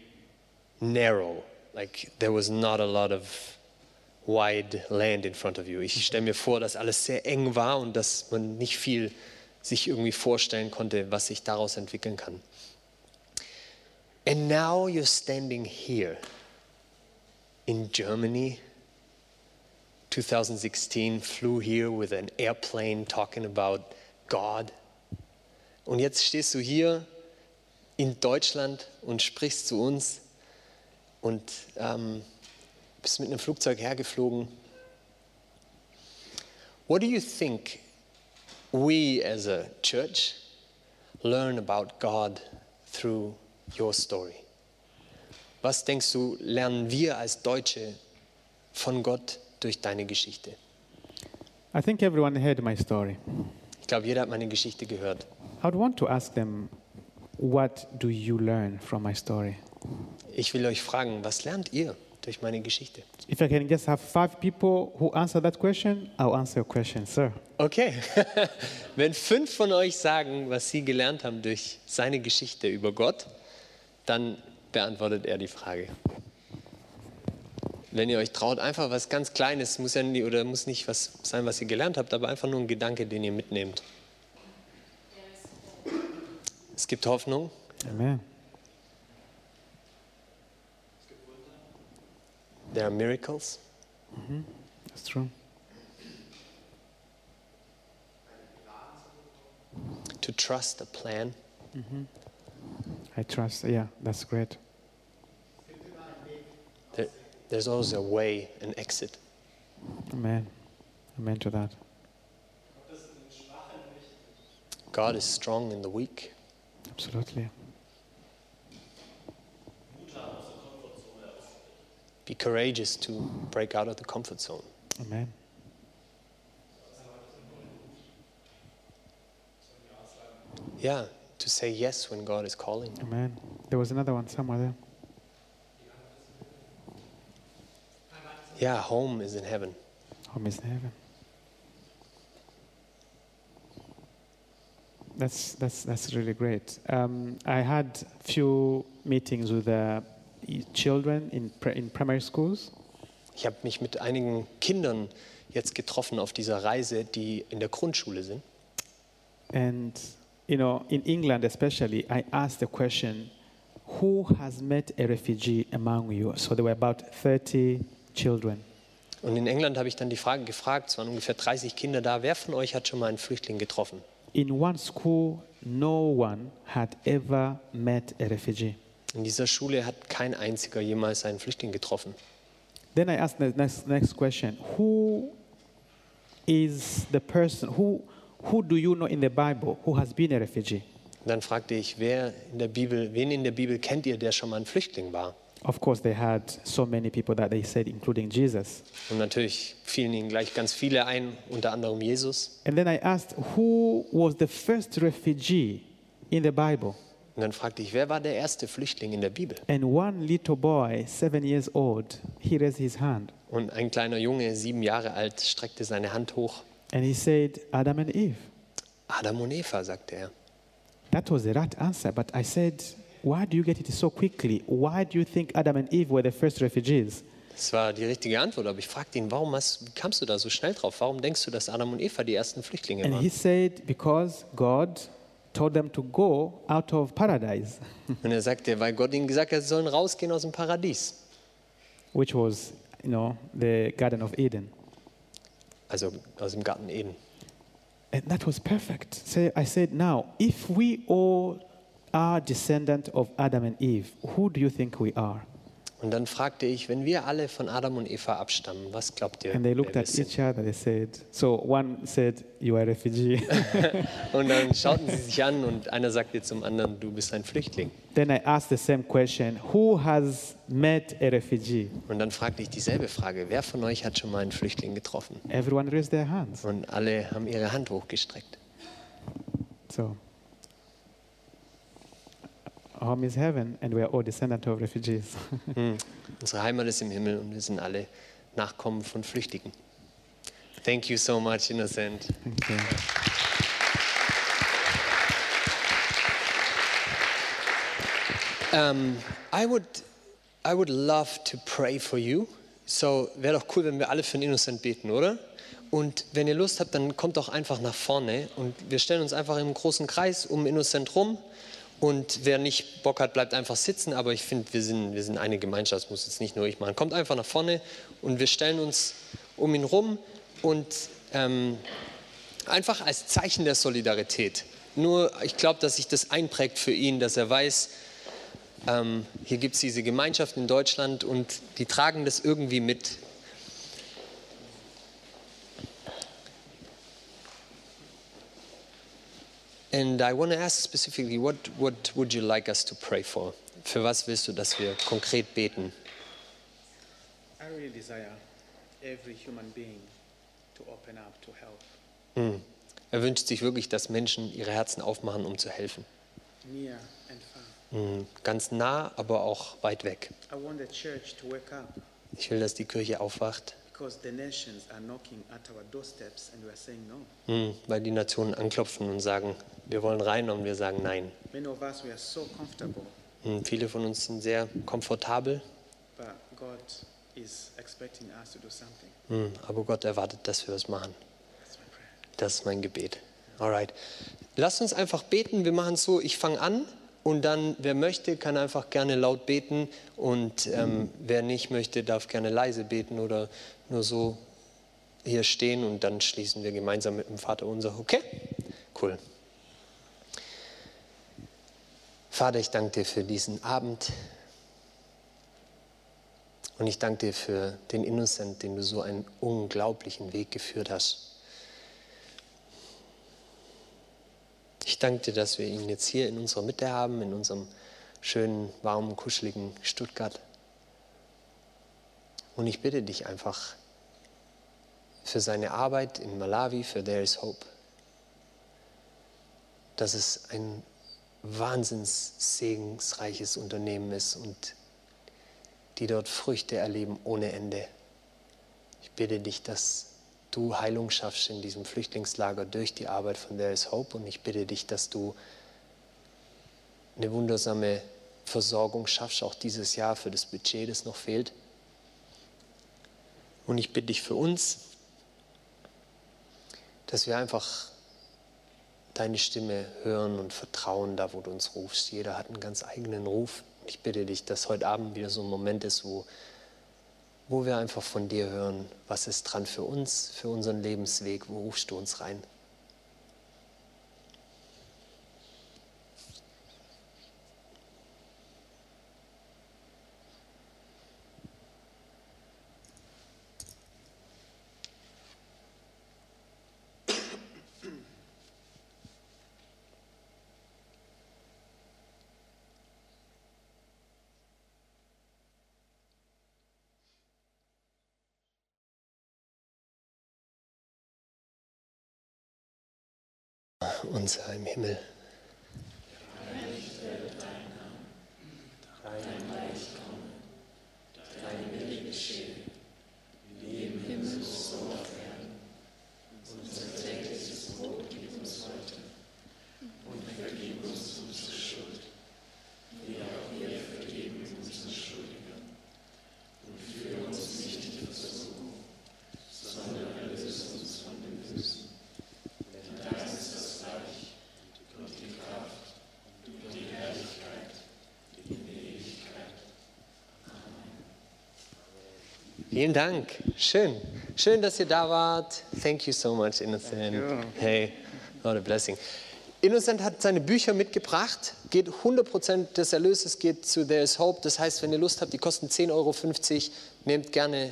[SPEAKER 1] narrow. Like there was not a lot of wide land in front of you. Ich stelle mir vor, dass alles sehr eng war und dass man nicht viel sich irgendwie vorstellen konnte, was sich daraus entwickeln kann. And now you're standing here in Germany. 2016 flew here with an airplane talking about God. Und jetzt stehst du hier in Deutschland und sprichst zu uns und ähm, bist mit einem Flugzeug hergeflogen. What do you think we as a church learn about God through your story? Was denkst du, lernen wir als Deutsche von Gott durch deine Geschichte?
[SPEAKER 2] I think everyone heard my story.
[SPEAKER 1] Ich glaube, jeder hat meine Geschichte gehört.
[SPEAKER 2] I'd want to ask them, what do you learn from my story?
[SPEAKER 1] Ich will euch fragen, was lernt ihr durch meine Geschichte?
[SPEAKER 2] If I can just have five people who answer that question, I'll answer your question, sir.
[SPEAKER 1] Okay, wenn fünf von euch sagen, was sie gelernt haben durch seine Geschichte über Gott, dann beantwortet er die Frage. Wenn ihr euch traut, einfach was ganz Kleines, muss ja nie, oder muss nicht was sein, was ihr gelernt habt, aber einfach nur ein Gedanke, den ihr mitnehmt. Es gibt Hoffnung.
[SPEAKER 2] Amen.
[SPEAKER 1] There are miracles.
[SPEAKER 2] That's true.
[SPEAKER 1] To trust a plan.
[SPEAKER 2] I trust. Yeah, that's great.
[SPEAKER 1] There, there's always a way, an exit.
[SPEAKER 2] Amen. Amen to that.
[SPEAKER 1] God is strong in the weak.
[SPEAKER 2] Absolutely.
[SPEAKER 1] Be courageous to break out of the comfort zone.
[SPEAKER 2] Amen.
[SPEAKER 1] Yeah, to say yes when God is calling.
[SPEAKER 2] Amen. There was another one somewhere there.
[SPEAKER 1] Yeah, home is in heaven.
[SPEAKER 2] Home is in heaven. That's that's that's really great. Um, I had few meetings with uh, y- children in pre- in primary schools.
[SPEAKER 1] Ich habe mich mit einigen Kindern jetzt getroffen auf dieser Reise, die in der Grundschule sind.
[SPEAKER 2] And you know, in England especially, I asked the question, "Who has met a refugee among you?" So there were about 30 children,
[SPEAKER 1] Und in England habe ich dann die Frage gefragt, es waren ungefähr 30 Kinder da, wer von euch hat schon mal einen Flüchtling getroffen?
[SPEAKER 2] In one school, no one had ever met a refugee.
[SPEAKER 1] In dieser Schule hat kein einziger jemals einen Flüchtling getroffen.
[SPEAKER 2] Then I asked the next, next question Who is the person, who, who do you know in the Bible who has been a refugee?
[SPEAKER 1] Und dann fragte ich, wer in der Bibel, wen in der Bibel kennt ihr, der schon mal ein Flüchtling war?
[SPEAKER 2] Of course, they had so many people that they said, including Jesus.
[SPEAKER 1] Und natürlich fielen ihnen gleich ganz viele ein, unter anderem Jesus.
[SPEAKER 2] And then I asked, Who was the first refugee in the Bible?
[SPEAKER 1] Und dann fragte ich, wer war der erste Flüchtling in der Bibel?
[SPEAKER 2] And one little boy, seven years old, he raised his hand
[SPEAKER 1] Und ein kleiner Junge, sieben Jahre alt, streckte seine Hand hoch.
[SPEAKER 2] and he said, Adam and Eve.
[SPEAKER 1] Adam und Eva, sagte er.
[SPEAKER 2] That was the right answer, but I said, why do you get it so quickly? Why do you think Adam and Eve were the first refugees?
[SPEAKER 1] Das war die richtige Antwort, aber ich fragte ihn, warum hast, wie kamst du da so schnell drauf? Warum denkst du, dass Adam und Eva die ersten Flüchtlinge
[SPEAKER 2] And
[SPEAKER 1] waren?
[SPEAKER 2] he said, because God told them to go out of paradise,
[SPEAKER 1] Und er sagte, weil Gott ihnen gesagt hat, sie sollen rausgehen aus dem Paradies.
[SPEAKER 2] which was, you know, the Garden of Eden.
[SPEAKER 1] Also aus dem Garten Eden.
[SPEAKER 2] And that was perfect. So I said, now, if we all are descendant of Adam and Eve, who do you think we are?
[SPEAKER 1] Und dann fragte ich, wenn wir alle von Adam und Eva abstammen, was glaubt ihr?
[SPEAKER 2] And they looked
[SPEAKER 1] wer wir
[SPEAKER 2] at
[SPEAKER 1] sind?
[SPEAKER 2] each other. They said, so one said, you are a refugee.
[SPEAKER 1] Und dann schauten sie sich an und einer sagte zum anderen, du bist ein Flüchtling.
[SPEAKER 2] Then I asked the same question Who has met a refugee?
[SPEAKER 1] Und dann fragte ich dieselbe Frage, wer von euch hat schon mal einen Flüchtling getroffen?
[SPEAKER 2] Everyone raised their hands.
[SPEAKER 1] Und alle haben ihre Hand hochgestreckt.
[SPEAKER 2] So, home is heaven, and we are all descendants of refugees.
[SPEAKER 1] Unsere Heimat ist im Himmel und wir sind alle Nachkommen von Flüchtigen. Thank you so much, Innocent.
[SPEAKER 2] Thank you.
[SPEAKER 1] Um, I would, I would love to pray for you. So wäre doch cool, wenn wir alle für den Innocent beten, oder? Und wenn ihr Lust habt, dann kommt doch einfach nach vorne und wir stellen uns einfach im großen Kreis um Innocent rum. Und wer nicht Bock hat, bleibt einfach sitzen. Aber ich finde, wir sind, wir sind eine Gemeinschaft, das muss jetzt nicht nur ich machen. Kommt einfach nach vorne und wir stellen uns um ihn rum und ähm, einfach als Zeichen der Solidarität. Nur, ich glaube, dass sich das einprägt für ihn, dass er weiß, ähm, hier gibt es diese Gemeinschaft in Deutschland und die tragen das irgendwie mit. And I want to ask specifically, what, what would you like us to pray for? Für was willst du, dass wir konkret beten?
[SPEAKER 5] I really desire every human being to open up to help.
[SPEAKER 1] Hm. Er wünscht sich wirklich, dass Menschen ihre Herzen aufmachen, um zu helfen.
[SPEAKER 5] near and far.
[SPEAKER 1] Mhm. Ganz nah, aber auch weit weg.
[SPEAKER 5] I want the church to wake up
[SPEAKER 1] Ich will, dass die Kirche aufwacht,
[SPEAKER 5] because the nations are knocking at our doorsteps and we are saying no.
[SPEAKER 1] mhm, weil die Nationen anklopfen und sagen, wir wollen rein und wir sagen nein.
[SPEAKER 5] Many of us, we are so comfortable
[SPEAKER 1] Hm, Viele von uns sind sehr komfortabel,
[SPEAKER 5] but God is expecting us to do something.
[SPEAKER 1] hm, aber Gott erwartet, dass wir was machen.
[SPEAKER 5] That's my prayer.
[SPEAKER 1] Das ist mein Gebet. Alright. Lasst uns einfach beten. Wir machen es so, ich fange an und dann, wer möchte, kann einfach gerne laut beten und ähm, wer nicht möchte, darf gerne leise beten oder nur so hier stehen und dann schließen wir gemeinsam mit dem Vater unser. Okay? Cool. Vater, ich danke dir für diesen Abend und ich danke dir für den Innocent, den du so einen unglaublichen Weg geführt hast. Ich danke dir, dass wir ihn jetzt hier in unserer Mitte haben, in unserem schönen, warmen, kuscheligen Stuttgart. Und ich bitte dich einfach für seine Arbeit in Malawi, für There is Hope, dass es ein wahnsinnssegensreiches Unternehmen ist und die dort Früchte erleben ohne Ende. Ich bitte dich, dass du Heilung schaffst in diesem Flüchtlingslager durch die Arbeit von There is Hope und ich bitte dich, dass du eine wundersame Versorgung schaffst, auch dieses Jahr für das Budget, das noch fehlt. Und ich bitte dich für uns, dass wir einfach deine Stimme hören und vertrauen, da wo du uns rufst. Jeder hat einen ganz eigenen Ruf. Ich bitte dich, dass heute Abend wieder so ein Moment ist, wo wo wir einfach von dir hören, was ist dran für uns, für unseren Lebensweg, wo rufst du uns rein? Unser im Himmel. Vielen Dank. Schön. Schön, dass ihr da wart. Thank you so much, Innocent. Hey, what a blessing. Innocent hat seine Bücher mitgebracht. Geht 100% des Erlöses geht zu There is Hope. Das heißt, wenn ihr Lust habt, die kosten 10,50 Euro. Nehmt gerne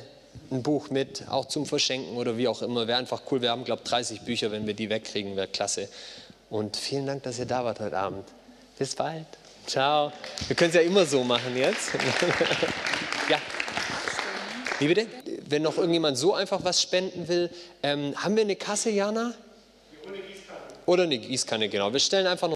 [SPEAKER 1] ein Buch mit, auch zum Verschenken oder wie auch immer. Wäre einfach cool. Wir haben, glaube ich, 30 Bücher. Wenn wir die wegkriegen, wäre klasse. Und vielen Dank, dass ihr da wart heute Abend. Bis bald. Ciao. Wir können es ja immer so machen jetzt. ja. Wie bitte? Wenn noch irgendjemand so einfach was spenden will, ähm, haben wir eine Kasse, Jana? Oder eine Gießkanne, genau. Wir stellen einfach noch